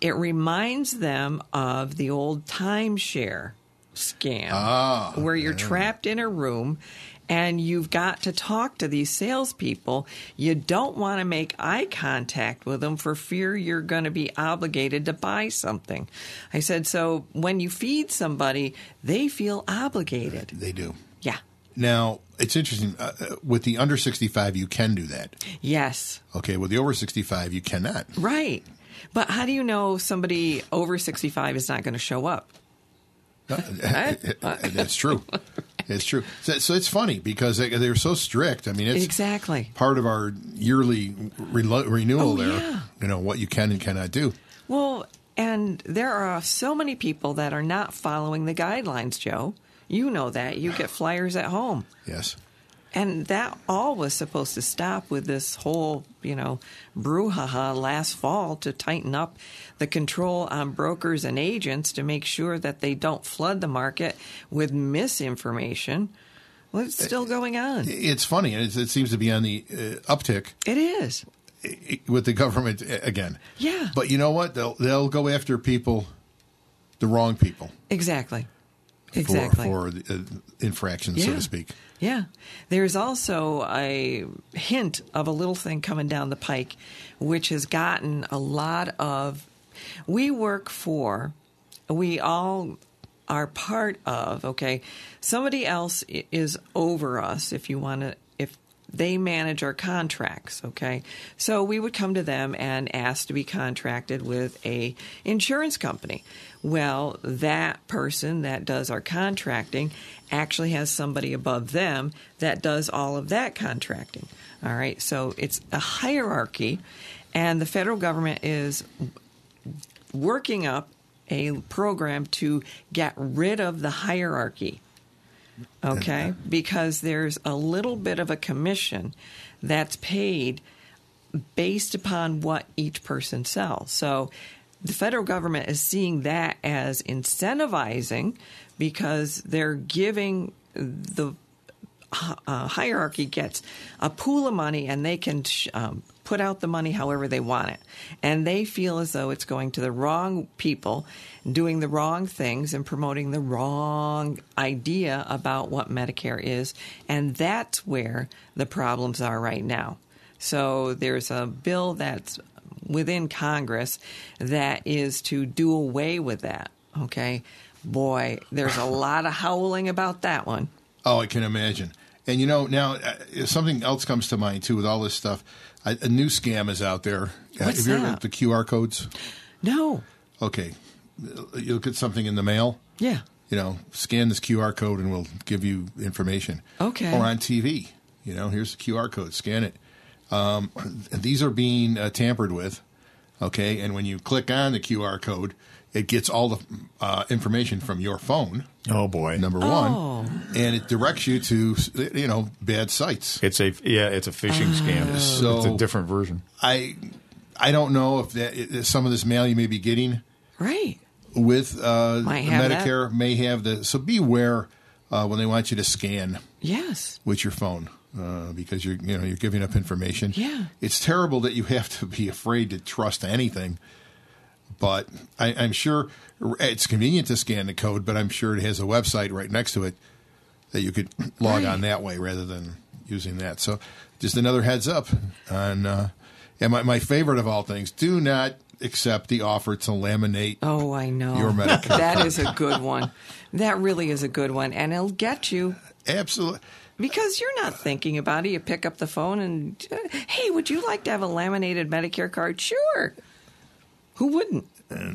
[SPEAKER 3] It reminds them of the old timeshare scam, where you're trapped in a room. And you've got to talk to these salespeople. You don't want to make eye contact with them for fear you're going to be obligated to buy something. I said, so when you feed somebody, they feel obligated.
[SPEAKER 2] They do.
[SPEAKER 3] Yeah.
[SPEAKER 2] Now, it's interesting. Uh, uh, with the under 65, you can do that.
[SPEAKER 3] Yes.
[SPEAKER 2] Okay. With the over 65, you cannot.
[SPEAKER 3] Right. But how do you know somebody over 65 is not going to show up?
[SPEAKER 2] Uh, That's true.
[SPEAKER 3] (laughs)
[SPEAKER 2] It's true. So, so it's funny because they, they were so strict. I mean, it's
[SPEAKER 3] exactly.
[SPEAKER 2] part of our yearly relo renewal
[SPEAKER 3] Oh,
[SPEAKER 2] there.
[SPEAKER 3] yeah.
[SPEAKER 2] You know, what you can and cannot do.
[SPEAKER 3] Well, and there are so many people that are not following the guidelines, Joe. You know that. You get flyers at home.
[SPEAKER 2] Yes.
[SPEAKER 3] And that all was supposed to stop with this whole, you know, brouhaha last fall to tighten up the control on brokers and agents to make sure that they don't flood the market with misinformation. Well,
[SPEAKER 2] Eh,
[SPEAKER 3] it's still going on.
[SPEAKER 2] It's funny. And it's, it seems to be on the uh, uptick
[SPEAKER 3] It is.
[SPEAKER 2] i- with the government uh, again.
[SPEAKER 3] Yeah.
[SPEAKER 2] But you know what? They'll, they'll go after people, the wrong people,
[SPEAKER 3] Exactly. Exactly.
[SPEAKER 2] for, for the, uh, infractions, so
[SPEAKER 3] Yeah.
[SPEAKER 2] to speak.
[SPEAKER 3] Yeah. There's also a hint of a little thing coming down the pike, which has gotten a lot of. We work for, we all are part of, okay? Somebody else i- is over us, if you want to, if They manage our contracts, okay? So we would come to them and ask to be contracted with a insurance company. Well, that person that does our contracting actually has somebody above them that does all of that contracting. All right? So it's a hierarchy and the federal government is working up a program to get rid of the hierarchy. Okay? Because there's a little bit of a commission that's paid based upon what each person sells. So the federal government is seeing that as incentivizing because they're giving the hi- uh, hierarchy gets a pool of money and they can sh- um, put out the money however they want it. And they feel as though it's going to the wrong people, doing the wrong things, and promoting the wrong idea about what Medicare is. And that's where the problems are right now. So there's a bill that's within Congress that is to do away with that. Okay. Boy, there's a lot of howling about that one.
[SPEAKER 2] Oh, I can imagine. And you know, now uh, something else comes to mind too with all this stuff. A, a new scam is out there. Uh,
[SPEAKER 3] What's
[SPEAKER 2] have you ever
[SPEAKER 3] that?
[SPEAKER 2] looked at the QR codes?
[SPEAKER 3] No.
[SPEAKER 2] Okay, Uh, you look at something in the mail.
[SPEAKER 3] Yeah.
[SPEAKER 2] You know, scan this QR code and we'll give you information.
[SPEAKER 3] Okay.
[SPEAKER 2] Or on TV, you know, here's the QR code. Scan it. Um, these are being uh, tampered with. Okay, and when you click on the QR code, it gets all the uh, information from your phone.
[SPEAKER 4] Oh boy!
[SPEAKER 2] Number one and it directs you to you know bad sites.
[SPEAKER 4] It's a yeah, it's a phishing scam.
[SPEAKER 2] So
[SPEAKER 4] it's a different version.
[SPEAKER 2] I I don't know if that if some of this mail you may be getting
[SPEAKER 3] right
[SPEAKER 2] with uh,
[SPEAKER 3] Might have that.
[SPEAKER 2] Medicare may have the so beware uh, when they want you to scan
[SPEAKER 3] Yes.
[SPEAKER 2] with your phone uh, because you're you know you're giving up information.
[SPEAKER 3] Yeah.
[SPEAKER 2] it's terrible that you have to be afraid to trust anything. But I, I'm sure it's convenient to scan the code, but I'm sure it has a website right next to it that you could (clears throat) log on that way rather than using that. So just another heads up on. Uh, and my, my favorite of all things: do not accept the offer to laminate.
[SPEAKER 3] Oh, I know
[SPEAKER 2] your Medicare.
[SPEAKER 3] (laughs) That
[SPEAKER 2] card.
[SPEAKER 3] is a good one. That really is a good one, and it'll get you
[SPEAKER 2] absolutely
[SPEAKER 3] because you're not thinking about it. You pick up the phone and, uh, hey, would you like to have a laminated Medicare card? Sure. Who wouldn't?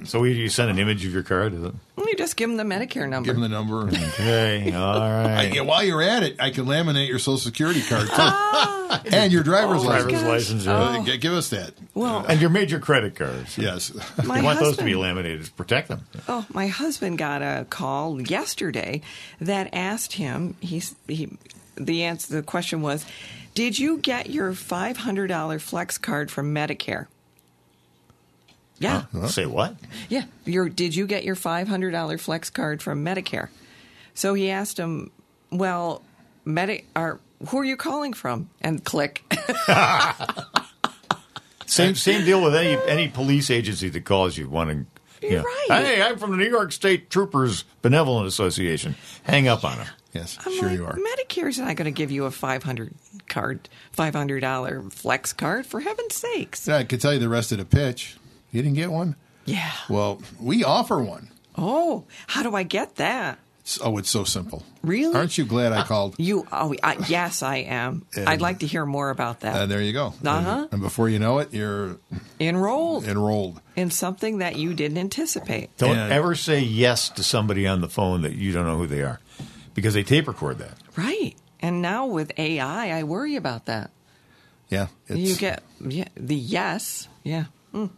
[SPEAKER 4] so you- you send an image of your card, is it?
[SPEAKER 3] You just give them the Medicare number.
[SPEAKER 2] Give them the number.
[SPEAKER 4] Okay, (laughs) all right.
[SPEAKER 2] yeah, while you're at it, I can laminate your Social Security card
[SPEAKER 3] (laughs)
[SPEAKER 2] too,
[SPEAKER 3] Ah.
[SPEAKER 2] (laughs) and your driver's
[SPEAKER 4] Oh, my
[SPEAKER 2] license.
[SPEAKER 4] Driver's gosh. license, Oh. yeah.
[SPEAKER 2] Uh, g- give us that.
[SPEAKER 3] Well,
[SPEAKER 4] and your major credit cards.
[SPEAKER 2] Yes, (laughs)
[SPEAKER 4] you
[SPEAKER 3] My
[SPEAKER 4] want those to be
[SPEAKER 3] husband-
[SPEAKER 4] laminated to protect them.
[SPEAKER 3] Oh, my husband got a call yesterday that asked him. He's he, the answer. The question was, did you get your five hundred dollar flex card from Medicare? Yeah.
[SPEAKER 4] Huh? Say what?
[SPEAKER 3] Yeah. Your did you get your five hundred dollar flex card from Medicare? So he asked him, well, Medi- or who are you calling from? And click. (laughs)
[SPEAKER 4] Same same deal with any any police agency that calls you wanting. you know,
[SPEAKER 3] right.
[SPEAKER 4] Hey, I'm from the New York State Troopers Benevolent Association. Hang up on them.
[SPEAKER 2] Yes,
[SPEAKER 3] I'm like, Medicare's not going to give you a five hundred card, five hundred dollar flex card for heaven's sakes.
[SPEAKER 2] I could tell you the rest of the pitch. You didn't get one.
[SPEAKER 3] Yeah.
[SPEAKER 2] Well, we offer one.
[SPEAKER 3] Oh, how do I get that?
[SPEAKER 2] It's- Oh, it's so simple.
[SPEAKER 3] Really?
[SPEAKER 2] Aren't you glad I called?
[SPEAKER 3] You? Oh, I, yes, I am.
[SPEAKER 2] And-
[SPEAKER 3] I'd like to hear more about that.
[SPEAKER 2] Uh, there you go.
[SPEAKER 3] Uh-huh.
[SPEAKER 2] And before you know it, you're
[SPEAKER 3] Enrolled
[SPEAKER 2] enrolled.
[SPEAKER 3] in something that you didn't anticipate.
[SPEAKER 4] Don't ever say yes to somebody on the phone that you don't know who they are, because they tape record that.
[SPEAKER 3] Right. And now with AI, I worry about that.
[SPEAKER 2] Yeah.
[SPEAKER 3] you get yeah, the yes. Yeah. Mm,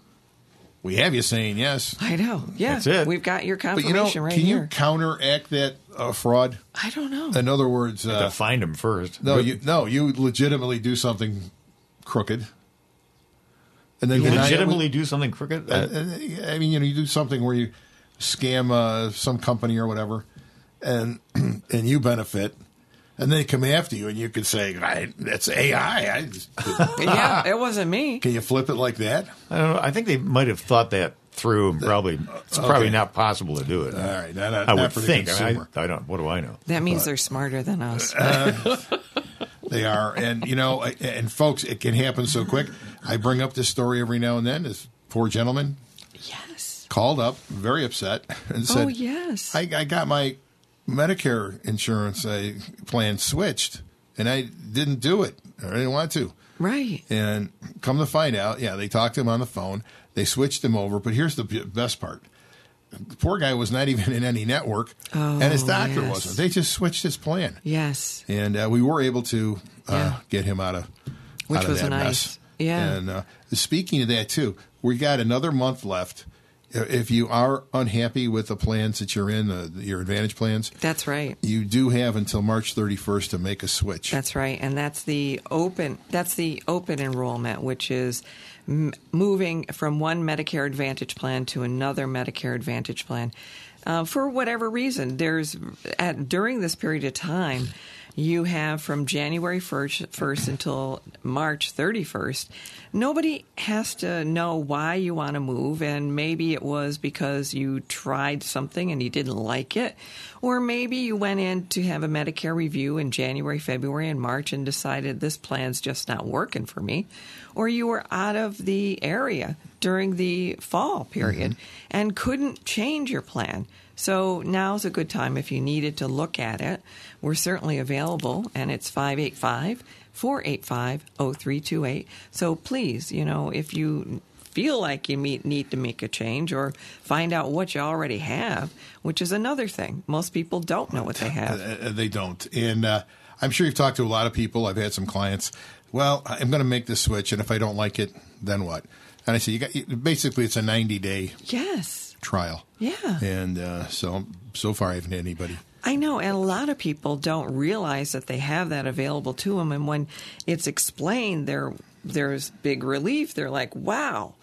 [SPEAKER 2] We have you saying yes.
[SPEAKER 3] I know. Yeah.
[SPEAKER 2] That's it.
[SPEAKER 3] We've got your
[SPEAKER 2] But
[SPEAKER 3] confirmation
[SPEAKER 2] you know,
[SPEAKER 3] right
[SPEAKER 2] can
[SPEAKER 3] here.
[SPEAKER 2] you counteract that uh, fraud?
[SPEAKER 3] I don't know.
[SPEAKER 2] In other words, uh,
[SPEAKER 4] find them first.
[SPEAKER 2] No, you no, you legitimately do something crooked, and
[SPEAKER 4] You
[SPEAKER 2] deny it
[SPEAKER 4] legitimately do something crooked.
[SPEAKER 2] with- uh, uh, I mean, you know, you do something where you scam uh, some company or whatever, and (clears throat) and you benefit, and they come after you, and you can say, I, "That's AI." I just-
[SPEAKER 3] yeah, it wasn't me.
[SPEAKER 2] Can you flip it like that?
[SPEAKER 4] I don't know. I think they might have thought that through, and probably it's
[SPEAKER 2] uh, okay.
[SPEAKER 4] probably not possible to do it.
[SPEAKER 2] All right, not- not-
[SPEAKER 4] I
[SPEAKER 2] not
[SPEAKER 4] would
[SPEAKER 2] for the
[SPEAKER 4] think. I mean,
[SPEAKER 2] consumer.
[SPEAKER 4] I, I don't. What do I know?
[SPEAKER 3] That means they're smarter than us.
[SPEAKER 2] Uh, They are, and you know, I- and folks, it can happen so quick. I bring up this story every now and then. This poor gentleman,
[SPEAKER 3] yes,
[SPEAKER 2] called up, very upset, and said,
[SPEAKER 3] oh yes.
[SPEAKER 2] I, I got my Medicare insurance uh, plan switched, and I didn't do it. I really want to.
[SPEAKER 3] Right.
[SPEAKER 2] And come to find out, yeah, they talked to him on the phone. They switched him over. But here's the b- best part. The poor guy was not even in any network,
[SPEAKER 3] Oh,
[SPEAKER 2] and his doctor
[SPEAKER 3] yes.
[SPEAKER 2] wasn't. They just switched his plan.
[SPEAKER 3] Yes.
[SPEAKER 2] And uh, we were able to uh,
[SPEAKER 3] Yeah.
[SPEAKER 2] get him out of,
[SPEAKER 3] Which
[SPEAKER 2] out of
[SPEAKER 3] was
[SPEAKER 2] that
[SPEAKER 3] nice.
[SPEAKER 2] mess.
[SPEAKER 3] Yeah.
[SPEAKER 2] And uh, speaking of that, too, we got another month left. If you are unhappy with the plans that you're in, uh, your advantage plans,
[SPEAKER 3] That's right.
[SPEAKER 2] you do have until March 31st to make a switch.
[SPEAKER 3] That's right, and that's the open. That's the open enrollment, which is m- moving from one Medicare Advantage plan to another Medicare Advantage plan uh, for whatever reason. There's at during this period of time, you have from January first, first until March thirty first. Nobody has to know why you want to move, and maybe it was because you tried something and you didn't like it, or maybe you went in to have a Medicare review in January, February, and March and decided this plan's just not working for me, or you were out of the area during the fall period and couldn't change your plan. So now's a good time if you needed to look at it. We're certainly available, and it's 585 485 0328. So please, you know, if you feel like you meet, need to make a change or find out what you already have, which is another thing. Most people don't know what they have.
[SPEAKER 2] Uh, uh, they don't. And uh, I'm sure you've talked to a lot of people. I've had some clients. Well, I'm going to make this switch, and if I don't like it, then what? And I say, you got you- basically it's a 90 day
[SPEAKER 3] Yes.
[SPEAKER 2] trial.
[SPEAKER 3] Yeah.
[SPEAKER 2] And uh, so so far, I haven't had anybody.
[SPEAKER 3] I know, and a lot of people don't realize that they have that available to them, and when it's explained, there there's big relief. They're like, "Wow,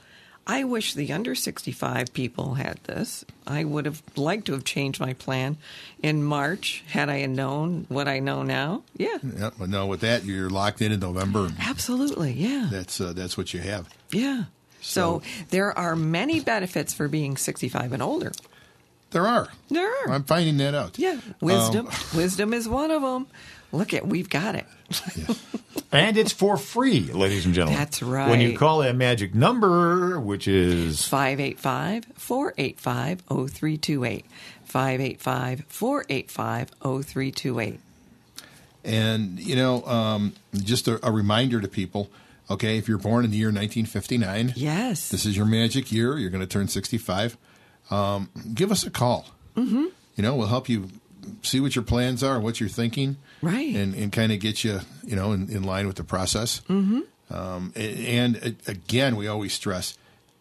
[SPEAKER 3] I wish the under sixty five people had this. I would have liked to have changed my plan in March had I had known what I know now." Yeah,
[SPEAKER 2] Yeah, but no, with that, you're locked in in November.
[SPEAKER 3] absolutely, yeah.
[SPEAKER 2] That's uh, that's what you have.
[SPEAKER 3] Yeah. So, there are many benefits for being 65 and older.
[SPEAKER 2] There are.
[SPEAKER 3] There are.
[SPEAKER 2] I'm finding that out. Um,
[SPEAKER 3] yeah. Wisdom. wisdom is one of them. Look at, we've got it.
[SPEAKER 4] And it's for free, ladies and gentlemen.
[SPEAKER 3] That's right.
[SPEAKER 4] When you call that magic number, which is
[SPEAKER 3] 585 485 0328. 585 485 0328.
[SPEAKER 2] And, you know, um, just a, a reminder to people okay, if you're born in the year 1959,
[SPEAKER 3] yes,
[SPEAKER 2] this is your magic year. You're going to turn 65. Um, give us a call.
[SPEAKER 5] Mm-hmm.
[SPEAKER 2] You know, we'll help you see what your plans are, what you're thinking,
[SPEAKER 3] right?
[SPEAKER 2] And, and kind of get you, you know, in, in line with the process.
[SPEAKER 5] Mm-hmm.
[SPEAKER 2] Um, a- and a- again, we always stress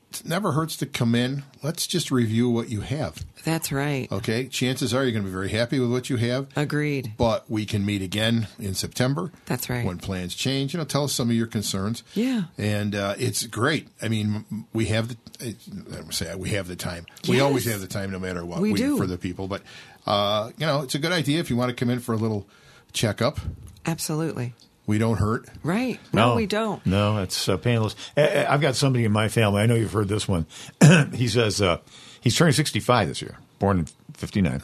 [SPEAKER 2] it never hurts to come in. Let's just review what you have.
[SPEAKER 3] That's right.
[SPEAKER 2] Okay. Chances are you're going to be very happy with what you have.
[SPEAKER 3] Agreed.
[SPEAKER 2] But we can meet again in September.
[SPEAKER 3] Uh, That's right.
[SPEAKER 2] When plans change, you know, tell us some of your concerns.
[SPEAKER 3] Yeah.
[SPEAKER 2] And uh, it's great. I mean, m- we have the I don't wanna say we have the time. We
[SPEAKER 14] Yes.
[SPEAKER 2] always have the time, no matter what.
[SPEAKER 14] We do.
[SPEAKER 2] for the people, but uh, you know, it's a good idea if you want to come in for a little checkup.
[SPEAKER 3] Absolutely.
[SPEAKER 2] We don't hurt.
[SPEAKER 3] Right. No, we don't.
[SPEAKER 4] No, it's uh, painless. Uh, uh, I've got somebody in my family. I know you've heard this one. (clears throat) he says uh, he's turning 65 this year, born in 59.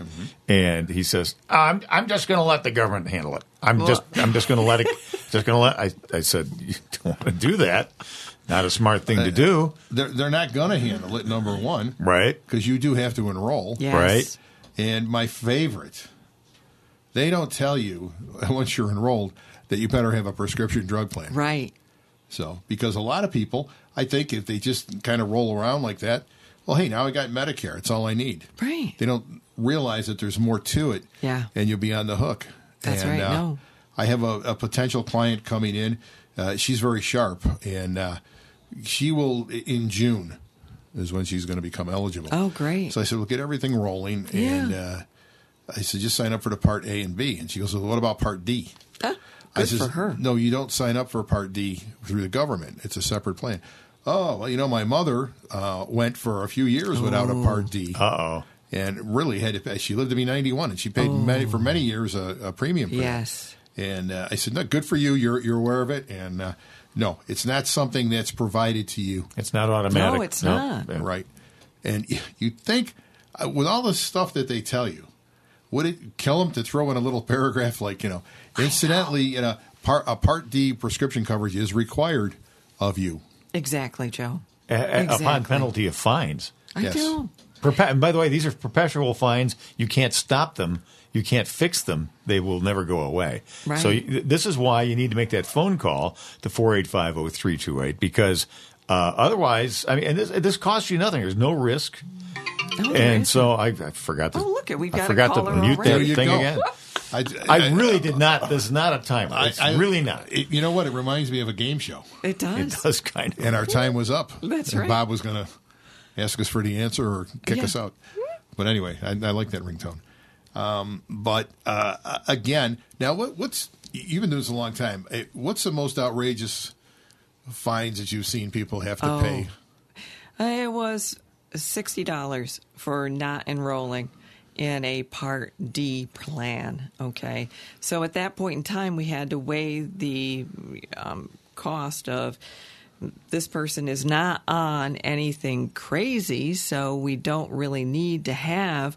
[SPEAKER 4] And he says, I'm, I'm just going to let the government handle it. I'm
[SPEAKER 15] Well-
[SPEAKER 4] just I'm just going to let it. (laughs) Just going to let. I, I said, you don't want to do that. Not a smart thing to do.
[SPEAKER 2] They're they're not going to handle it. Number one,
[SPEAKER 4] right?
[SPEAKER 2] Because you do have to enroll,
[SPEAKER 4] Yes. Right.
[SPEAKER 2] And my favorite, they don't tell you (laughs) once you're enrolled that you better have a prescription drug plan,
[SPEAKER 3] right?
[SPEAKER 2] So because a lot of people, I think, if they just kind of roll around like that, well, hey, now I got Medicare. It's all I need.
[SPEAKER 3] Right.
[SPEAKER 2] They don't realize that there's more to it.
[SPEAKER 3] Yeah.
[SPEAKER 2] And you'll be on the hook.
[SPEAKER 3] That's
[SPEAKER 2] and,
[SPEAKER 3] right,
[SPEAKER 2] Uh,
[SPEAKER 3] no.
[SPEAKER 2] I have a, a potential client coming in. Uh, she's very sharp, and uh, she will in June is when she's going to become eligible.
[SPEAKER 3] Oh, great.
[SPEAKER 2] So I said, "Well, get everything rolling,"
[SPEAKER 3] Yeah.
[SPEAKER 2] and uh, I said, "Just sign up for the Part A and B." And she goes, "Well, what about Part D?" I
[SPEAKER 3] Ah, good
[SPEAKER 2] says,
[SPEAKER 3] for her.
[SPEAKER 2] "No, you don't sign up for Part D through the government. It's a separate plan." Oh, well, you know, my mother uh, went for a few years without a Part D.
[SPEAKER 4] Uh oh.
[SPEAKER 2] And really had to pay. She lived to be 91, and she paid many,
[SPEAKER 4] Oh.
[SPEAKER 2] for many years a, a premium. For that.
[SPEAKER 3] Yes.
[SPEAKER 2] And uh, I said, "No, good for you. You're you're aware of it." And uh, no, it's not something that's provided to you.
[SPEAKER 4] It's not automatic. uh,
[SPEAKER 3] No, it's No. not. Yeah.
[SPEAKER 2] Right. And y- you'd think, uh, with all the stuff that they tell you, would it kill them to throw in a little (laughs) paragraph like, you know, incidentally, you know, part, a Part D prescription coverage is required of you.
[SPEAKER 3] Exactly, Joe.
[SPEAKER 4] A- a- Upon
[SPEAKER 3] Exactly.
[SPEAKER 4] penalty of fines.
[SPEAKER 3] I do.
[SPEAKER 4] Perpe- and by the way, these are perpetual fines. You can't stop them. You can't fix them. They will never go away.
[SPEAKER 14] Right.
[SPEAKER 4] So you, this is why you need to make that phone call to four eight five zero three two eight because uh, otherwise, I mean, and this, this costs you nothing. There's no risk.
[SPEAKER 3] Oh, there
[SPEAKER 4] and
[SPEAKER 3] is-
[SPEAKER 4] so I, I forgot to. Oh
[SPEAKER 3] look, it, we've
[SPEAKER 4] I
[SPEAKER 3] got a
[SPEAKER 4] forgot
[SPEAKER 3] caller
[SPEAKER 4] to mute
[SPEAKER 3] already. There
[SPEAKER 4] that
[SPEAKER 3] you
[SPEAKER 4] thing
[SPEAKER 3] go.
[SPEAKER 4] again.
[SPEAKER 2] (laughs) I,
[SPEAKER 4] I really did not. This is not a timer. It's really not.
[SPEAKER 2] It, you know what? It reminds me of a game show.
[SPEAKER 3] It does.
[SPEAKER 4] It does kind of.
[SPEAKER 2] And our time was up.
[SPEAKER 3] That's
[SPEAKER 2] and
[SPEAKER 3] right.
[SPEAKER 2] Bob was going to ask us for the answer or kick
[SPEAKER 3] Yeah.
[SPEAKER 2] us out. But anyway, I, I like that ringtone. Um, but uh, again, now what, what's you've been doing this a long time. Eh, What's the most outrageous fines that you've seen people have to
[SPEAKER 3] Oh.
[SPEAKER 2] pay?
[SPEAKER 3] Uh, It was sixty dollars for not enrolling in a Part D plan. Okay, so at that point in time, we had to weigh the um, cost of this person is not on anything crazy, so we don't really need to have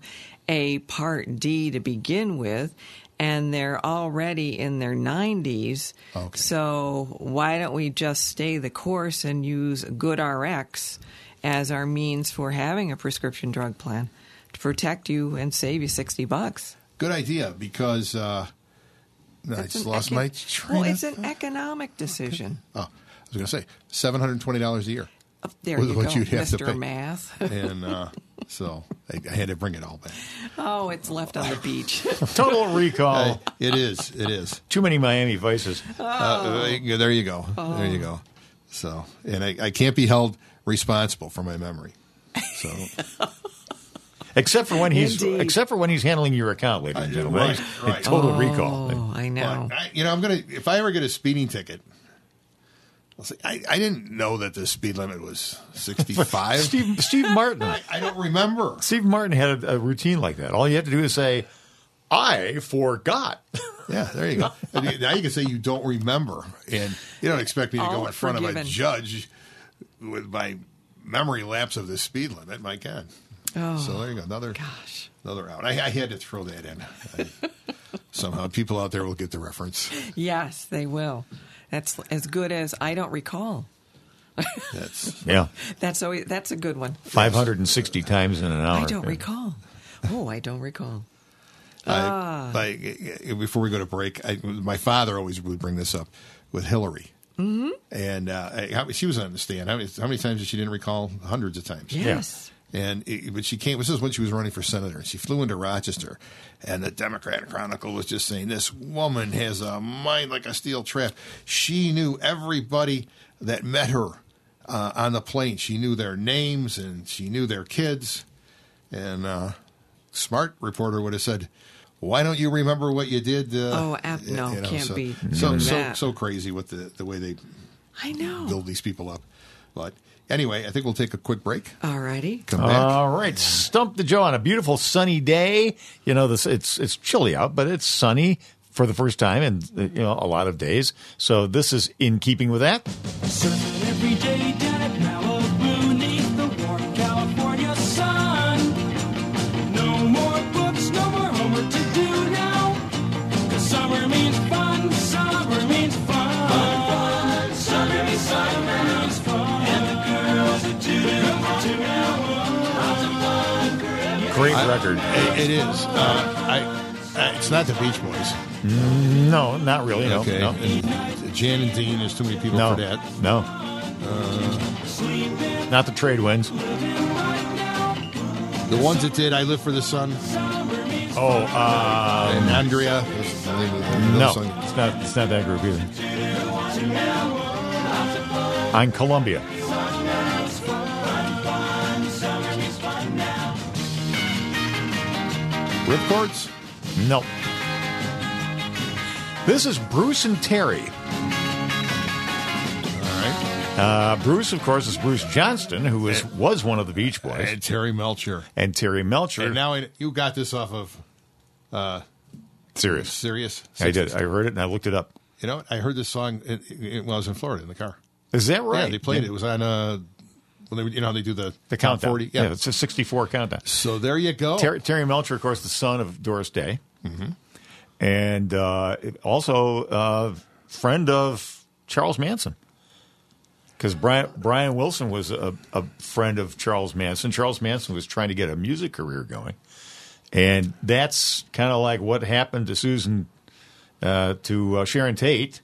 [SPEAKER 3] a Part D to begin with. And they're already in their 90s. So, why don't we just stay the course and use Good RX as our means for having a prescription drug plan to protect you and save you 60 bucks?
[SPEAKER 2] Good idea because uh, I
[SPEAKER 3] It's
[SPEAKER 2] just
[SPEAKER 3] an
[SPEAKER 2] lost
[SPEAKER 3] econ-
[SPEAKER 2] my train
[SPEAKER 3] Well,
[SPEAKER 2] of
[SPEAKER 3] it's an economic decision.
[SPEAKER 2] Oh,
[SPEAKER 3] Oh,
[SPEAKER 2] I was going to say seven hundred twenty dollars a year.
[SPEAKER 3] there
[SPEAKER 2] was
[SPEAKER 3] you
[SPEAKER 2] what
[SPEAKER 3] go,
[SPEAKER 2] you'd have to
[SPEAKER 3] Mr.
[SPEAKER 2] pay.
[SPEAKER 3] Math.
[SPEAKER 2] and uh, (laughs) so I, I had to bring it all back.
[SPEAKER 3] (laughs) Oh, it's left on
[SPEAKER 2] (laughs)
[SPEAKER 3] the beach.
[SPEAKER 4] Total recall.
[SPEAKER 2] it is. It is.
[SPEAKER 4] Too many Miami Vices. Oh.
[SPEAKER 2] Uh, uh, there you go. There you go. So, and I, I can't be held responsible for my memory.
[SPEAKER 4] (laughs)
[SPEAKER 2] So,
[SPEAKER 4] Except for when he's
[SPEAKER 2] Indeed.
[SPEAKER 4] except for when he's handling your account, ladies and gentlemen.
[SPEAKER 2] right,
[SPEAKER 4] A
[SPEAKER 2] right.
[SPEAKER 4] Total
[SPEAKER 2] Oh,
[SPEAKER 4] recall.
[SPEAKER 3] Oh, I
[SPEAKER 2] know. I, you know, I'm gonna if I ever get a speeding ticket. I'll say, I, I didn't know that the speed limit was
[SPEAKER 4] (laughs)
[SPEAKER 2] 65.
[SPEAKER 4] Steve, Steve
[SPEAKER 2] (laughs)
[SPEAKER 4] Martin. I,
[SPEAKER 2] don't remember.
[SPEAKER 4] Steve Martin had a, a routine like that. All you have to do is say, "I
[SPEAKER 2] (laughs)
[SPEAKER 4] forgot."
[SPEAKER 2] Yeah,
[SPEAKER 4] (laughs)
[SPEAKER 2] there you go. And now you can say you don't remember, and you don't expect me to go
[SPEAKER 4] All
[SPEAKER 2] in front
[SPEAKER 4] forgiven.
[SPEAKER 2] of a judge with my memory lapse of the speed limit. My God.
[SPEAKER 3] Oh,
[SPEAKER 2] so there you go. Another gosh, another out. I, I had to throw that in. I- (laughs) somehow, people out there will get the reference.
[SPEAKER 3] Yes, they will. That's as good as I don't recall.
[SPEAKER 2] That's
[SPEAKER 4] Yeah,
[SPEAKER 3] That's always, that's a good one.
[SPEAKER 4] five hundred and sixty times in an hour.
[SPEAKER 3] I don't recall. Oh, I don't recall.
[SPEAKER 2] I, I- before we go to break, I, my father always would bring this up with Hillary.
[SPEAKER 3] hmm
[SPEAKER 2] and uh, I- how, she was on the stand. How many, how many times did she didn't recall? Hundreds of times.
[SPEAKER 3] Yes.
[SPEAKER 2] And it, but she came. This is when she was running for senator. She flew into Rochester, and the Democratic Chronicle was just saying this woman has a mind like a steel trap. She knew everybody that met her uh, on the plane. She knew their names and she knew their kids. And uh, smart reporter would have said, "Why don't you remember what you did?" Uh,
[SPEAKER 3] Oh, ab- no, can't
[SPEAKER 2] so,
[SPEAKER 3] be
[SPEAKER 2] so
[SPEAKER 3] doing
[SPEAKER 2] so
[SPEAKER 3] that. Oh.
[SPEAKER 2] so crazy with the the way they
[SPEAKER 3] I know.
[SPEAKER 2] build these people up. But anyway, I think we'll take a quick break.
[SPEAKER 3] All righty.
[SPEAKER 2] Come back.
[SPEAKER 4] All right, stump the Joe on a beautiful sunny day. You know, this it's it's chilly out, but it's sunny for the first time in uh, you know a lot of days. So this is in keeping with that.
[SPEAKER 5] Surfing every day down at Malibu, neath the warm California sun. No more books, no more homework to do now. 'Cause summer means fun, summer means fun. Fun, fun, summer means summer means fun. And the girls are two to two now. Lots of fun,
[SPEAKER 4] Great record.
[SPEAKER 2] it is. Uh, I, I, it's not the Beach Boys.
[SPEAKER 4] Mm, No, not really. No,
[SPEAKER 2] Okay.
[SPEAKER 4] no.
[SPEAKER 2] And uh, Jan and Dean, there's too many people
[SPEAKER 4] No.
[SPEAKER 2] for that.
[SPEAKER 4] No.
[SPEAKER 2] Uh,
[SPEAKER 4] Not the trade winds.
[SPEAKER 2] the ones that did I Live for the Sun.
[SPEAKER 4] Oh, uh,
[SPEAKER 2] and Andrea. There's- I think there's another
[SPEAKER 4] No,
[SPEAKER 2] song.
[SPEAKER 4] it's not. It's not that group either. I'm Columbia.
[SPEAKER 2] Rip chords?
[SPEAKER 4] No. This is Bruce and Terry.
[SPEAKER 2] All right.
[SPEAKER 4] Uh, Bruce, of course, is Bruce Johnston, who was was one of the Beach Boys,
[SPEAKER 2] And Terry Melcher.
[SPEAKER 4] and Terry Melcher.
[SPEAKER 2] And now I, you got this off of uh,
[SPEAKER 4] Serious.
[SPEAKER 2] Serious.
[SPEAKER 4] I did. I heard it and I looked it up.
[SPEAKER 2] You know, what? I heard this song uh, uh, when I was in Florida in the car.
[SPEAKER 4] Is that right?
[SPEAKER 2] Yeah, they played it. It was on uh, when they were- you know how they do the
[SPEAKER 4] the
[SPEAKER 2] top
[SPEAKER 4] countdown.
[SPEAKER 2] 40?
[SPEAKER 4] yeah. it's a sixty-four countdown.
[SPEAKER 2] So there you go.
[SPEAKER 4] Terry, Terry Melcher, of course, the son of Doris Day, and uh, also uh, friend of Charles Manson. because Brian Brian Wilson was a, a friend of Charles Manson. Charles Manson was trying to get a music career going, and that's kind of like what happened to Susan uh, to uh, Sharon Tate.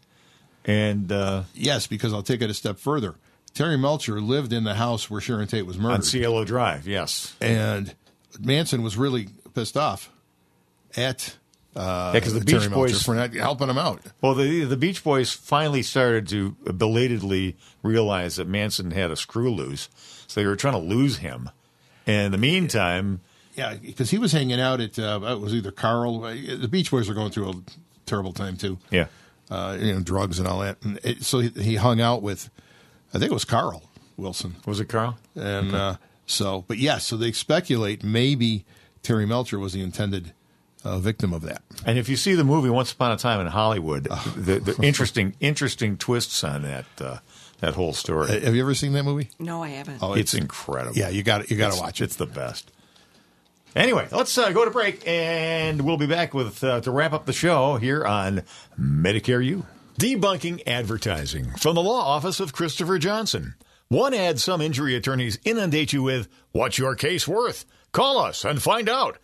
[SPEAKER 4] And uh,
[SPEAKER 2] yes, because I'll take it a step further. Terry Melcher lived in the house where Sharon Tate was murdered
[SPEAKER 4] on Cielo Drive, yes,
[SPEAKER 2] and Manson was really pissed off at uh,
[SPEAKER 4] Yeah, 'cause the
[SPEAKER 2] Terry
[SPEAKER 4] Beach
[SPEAKER 2] Melcher
[SPEAKER 4] Boys-
[SPEAKER 2] for not helping him out.
[SPEAKER 4] Well, the the Beach Boys finally started to belatedly realize that Manson had a screw loose, so they were trying to lose him. And in the meantime,
[SPEAKER 2] Yeah, because he was hanging out at uh, it was either Carl. uh, The Beach Boys are going through a terrible time too.
[SPEAKER 4] Yeah.
[SPEAKER 2] uh, you know, drugs and all that. And it, so he, he hung out with, I think it was Carl Wilson.
[SPEAKER 4] Was it Carl?
[SPEAKER 2] And
[SPEAKER 4] Okay.
[SPEAKER 2] uh, so, but yeah, so they speculate maybe Terry Melcher was the intended uh, victim of that.
[SPEAKER 4] and if you see the movie Once Upon a Time in Hollywood, the, the interesting interesting twists on that uh, that whole story.
[SPEAKER 2] Uh, Have you ever seen that movie?
[SPEAKER 3] No, I haven't.
[SPEAKER 2] Oh,
[SPEAKER 4] it's, incredible.
[SPEAKER 2] Yeah, you got you got to
[SPEAKER 4] It's-
[SPEAKER 2] watch it.
[SPEAKER 4] It's the best. Anyway, let's uh, go to break, and we'll be back with uh, to wrap up the show here on Medicare U.
[SPEAKER 1] Debunking advertising from the law office of Christopher Johnson. One ad some injury attorneys inundate you with What's your case worth? Call us and find out.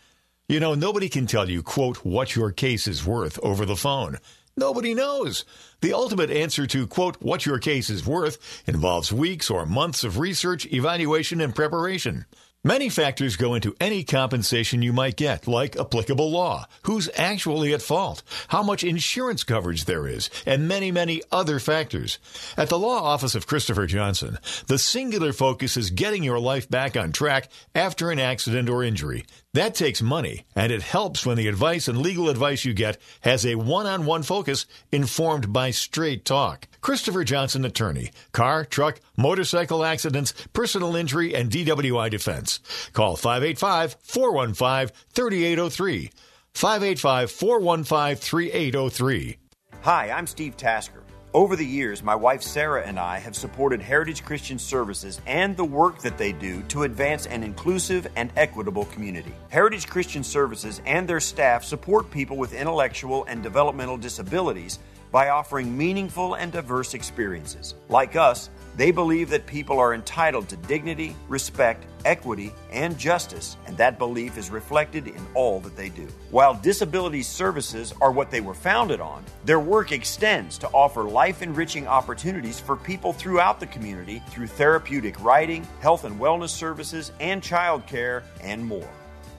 [SPEAKER 4] You know, nobody can tell you, quote, what your case is worth over the phone. Nobody knows. The ultimate answer to, quote, what your case is worth involves weeks or months of research, evaluation, and preparation. Many factors go into any compensation you might get, like applicable law, who's actually at fault, how much insurance coverage there is, and many, many other factors. At the Law Office of Christopher Johnson, the singular focus is getting your life back on track after an accident or injury. That takes money, and it helps when the advice and legal advice you get has a one on one focus informed by straight talk. Christopher Johnson Attorney, car, truck, motorcycle accidents, personal injury, and DWI defense. Call 585 415 3803. 585 415 3803.
[SPEAKER 14] Hi, I'm Steve Tasker. Over the years, my wife Sarah and I have supported Heritage Christian Services and the work that they do to advance an inclusive and equitable community. Heritage Christian Services and their staff support people with intellectual and developmental disabilities by offering meaningful and diverse experiences. Like us, they believe that people are entitled to dignity, respect, equity, and justice, and that belief is reflected in all that they do. While disability services are what they were founded on, their work extends to offer life enriching opportunities for people throughout the community through therapeutic writing, health and wellness services, and childcare, and more.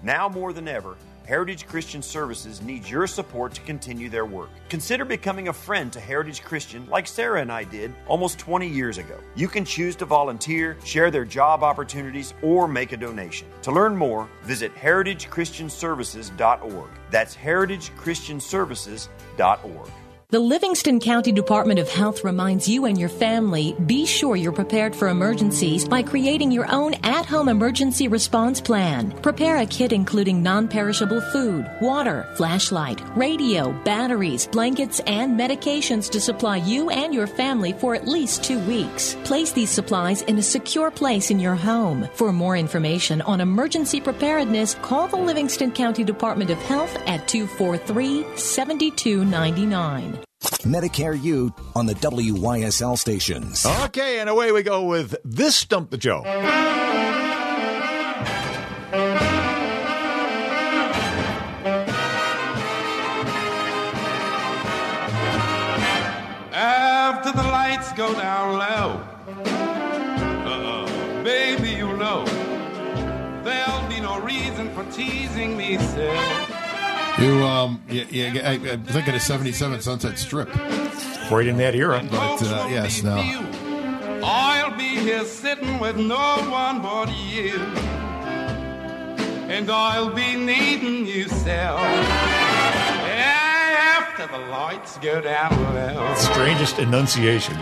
[SPEAKER 14] Now more than ever, Heritage Christian Services needs your support to continue their work. Consider becoming a friend to Heritage Christian like Sarah and I did almost 20 years ago. You can choose to volunteer, share their job opportunities, or make a donation. To learn more, visit heritagechristianservices.org. That's heritagechristianservices.org.
[SPEAKER 11] The Livingston County Department of Health reminds you and your family be sure you're prepared for emergencies by creating your own at home emergency response plan. Prepare a kit including non perishable food, water, flashlight, radio, batteries, blankets, and medications to supply you and your family for at least two weeks. Place these supplies in a secure place in your home. For more information on emergency preparedness, call the Livingston County Department of Health at 243 7299.
[SPEAKER 13] Medicare U on the WYSL stations.
[SPEAKER 4] Okay, and away we go with this Stump the Joe.
[SPEAKER 15] After the lights go down low, uh-uh, baby, you know, there'll be no reason for teasing me, sir.
[SPEAKER 2] You um, yeah, yeah I, I'm thinking of '77 Sunset Strip,
[SPEAKER 4] right in that era.
[SPEAKER 2] But uh, yes, no.
[SPEAKER 15] I'll be here sitting with no one but you. And I'll be needing you, Sal. Yeah, After the lights go down low.
[SPEAKER 4] Strangest enunciation.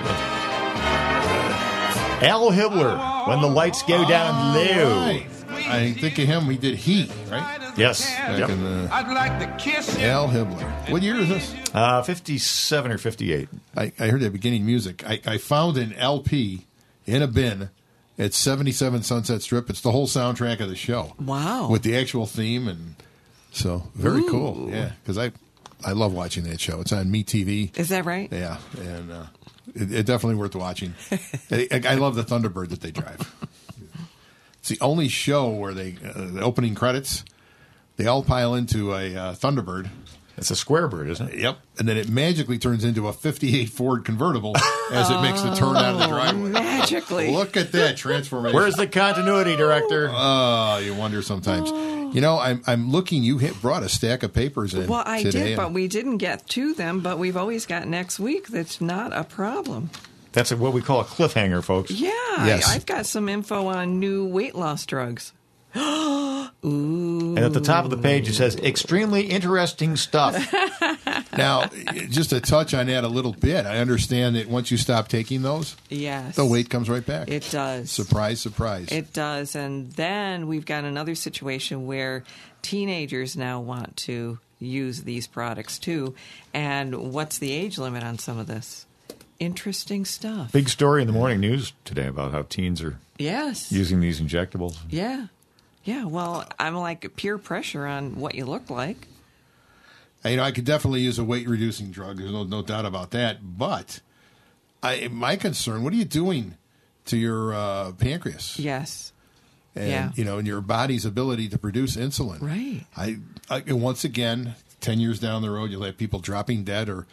[SPEAKER 4] Al Hibbler, when the lights go down low.
[SPEAKER 2] I think of him. We did he right.
[SPEAKER 4] Yes.
[SPEAKER 2] Back
[SPEAKER 4] Yep.
[SPEAKER 2] in the-
[SPEAKER 15] I'd like to kiss you.
[SPEAKER 2] Al Hibbler. What year is this?
[SPEAKER 4] Uh, 57 or 58.
[SPEAKER 2] I, I heard that beginning music. I, I found an LP in a bin at 77 Sunset Strip. It's the whole soundtrack of the show.
[SPEAKER 3] Wow.
[SPEAKER 2] With the actual theme. And so very
[SPEAKER 3] Ooh.
[SPEAKER 2] cool. Yeah. Because I, I love watching that show. It's on Me TV.
[SPEAKER 3] Is that right?
[SPEAKER 2] Yeah. And uh, It, it definitely worth
[SPEAKER 3] (laughs)
[SPEAKER 2] watching. I, I love the Thunderbird that they drive. It's the only show where they uh, the opening credits, they all pile into a uh, Thunderbird.
[SPEAKER 4] It's a square bird, isn't it?
[SPEAKER 2] Yep. And then it magically turns into a '58 Ford convertible as it makes the turn out of the
[SPEAKER 3] (laughs)
[SPEAKER 2] driveway.
[SPEAKER 3] Magically.
[SPEAKER 2] Look at that transformation.
[SPEAKER 4] Where's the continuity director?
[SPEAKER 3] Uh,
[SPEAKER 2] Oh, you wonder sometimes. You know, I'm I'm looking. You hit, brought a stack of papers in.
[SPEAKER 3] Well, I
[SPEAKER 2] today,
[SPEAKER 3] did,
[SPEAKER 2] and-
[SPEAKER 3] but we didn't get to them. But we've always got next week. That's not a problem.
[SPEAKER 4] That's what we call a cliffhanger, folks.
[SPEAKER 3] Yeah, I- I've got some info on new weight loss drugs. Ooh.
[SPEAKER 4] And at the top of the page, it says extremely interesting
[SPEAKER 3] (laughs)
[SPEAKER 4] stuff.
[SPEAKER 2] now, just to touch on that a little bit, I understand that once you stop taking those,
[SPEAKER 3] Yes.
[SPEAKER 2] the weight comes right back.
[SPEAKER 3] It does.
[SPEAKER 2] Surprise, surprise.
[SPEAKER 3] It does. And then we've got another situation where teenagers now want to use these products too. And what's the age limit on some of this? Interesting stuff.
[SPEAKER 4] Big story in the morning news today about how teens are
[SPEAKER 3] Yes.
[SPEAKER 4] using these injectables.
[SPEAKER 3] Yeah. Yeah. Well, I'm like peer pressure on what you look like.
[SPEAKER 2] you know, I could definitely use a weight reducing drug. There's no, no doubt about that. But I, my concern: what are you doing to your uh, pancreas?
[SPEAKER 3] Yes.
[SPEAKER 2] And,
[SPEAKER 3] Yeah.
[SPEAKER 2] You know, and your body's ability to produce insulin.
[SPEAKER 3] Right.
[SPEAKER 2] I, I and once again, ten years down the road, you'll have people dropping dead or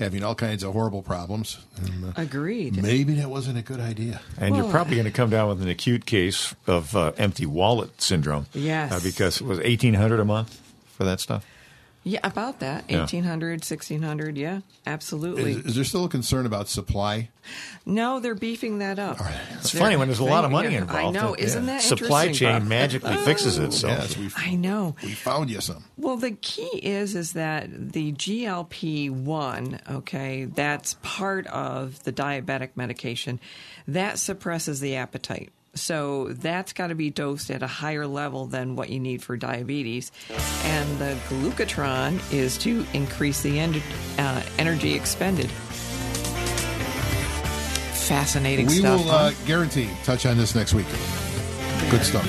[SPEAKER 2] having all kinds of horrible problems.
[SPEAKER 3] Mm-hmm.
[SPEAKER 2] And, uh,
[SPEAKER 3] Agreed.
[SPEAKER 2] Maybe that wasn't a good idea.
[SPEAKER 4] And
[SPEAKER 3] Well,
[SPEAKER 4] you're probably going to come down with an acute case of uh, empty wallet syndrome.
[SPEAKER 3] Yes.
[SPEAKER 4] Uh, because it was 1800 a month for that stuff.
[SPEAKER 3] Yeah, about that.
[SPEAKER 4] Yeah.
[SPEAKER 3] 1800, 1600. Yeah, absolutely.
[SPEAKER 2] Is, is there still a concern about supply?
[SPEAKER 3] no, they're beefing that up.
[SPEAKER 4] It's
[SPEAKER 3] They're
[SPEAKER 4] funny when there's a lot of money
[SPEAKER 3] beefing it up.
[SPEAKER 4] involved.
[SPEAKER 3] I know. Isn't that
[SPEAKER 4] Supply
[SPEAKER 3] interesting,
[SPEAKER 4] chain
[SPEAKER 3] Bob? Oh.
[SPEAKER 4] magically fixes itself.
[SPEAKER 2] Yes, we
[SPEAKER 3] I know.
[SPEAKER 2] we found you some.
[SPEAKER 3] Well, the key is is that the GLP-1, okay, that's part of the diabetic medication that suppresses the appetite. So that's got to be dosed at a higher level than what you need for diabetes. And the glucatron is to increase the en- uh, energy expended. Fascinating
[SPEAKER 2] we
[SPEAKER 3] stuff.
[SPEAKER 2] will
[SPEAKER 3] huh?
[SPEAKER 2] uh, guarantee touch on this next week. Good stuff.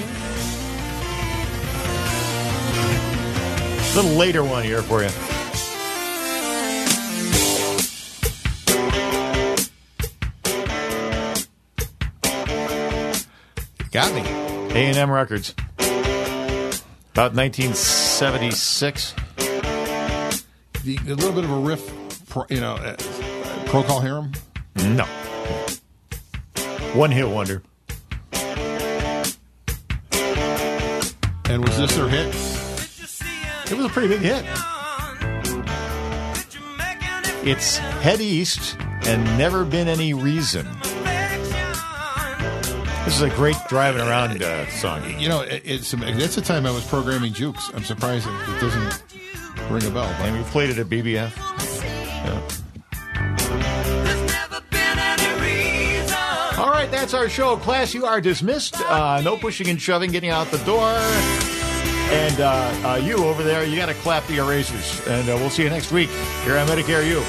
[SPEAKER 4] little later one here for you.
[SPEAKER 2] Got me.
[SPEAKER 4] A&M Records. About 1976.
[SPEAKER 2] The, a little bit of a riff, pro, you know, uh, Pro Call Harem.
[SPEAKER 4] No. One hit wonder.
[SPEAKER 2] And was this their hit?
[SPEAKER 4] It was a pretty big hit. It's Head East and Never Been Any Reason. This is a great driving around uh, song.
[SPEAKER 2] You know, it, it's that's the time I was programming Jukes. I'm surprised it, it doesn't ring a bell.
[SPEAKER 4] And we played it at BBF. Yeah. All right, that's our show. Class, you are dismissed. Uh, no pushing and shoving, getting out the door. And uh, uh, you over there, you got to clap the erasers. And uh, we'll see you next week here on Medicare U.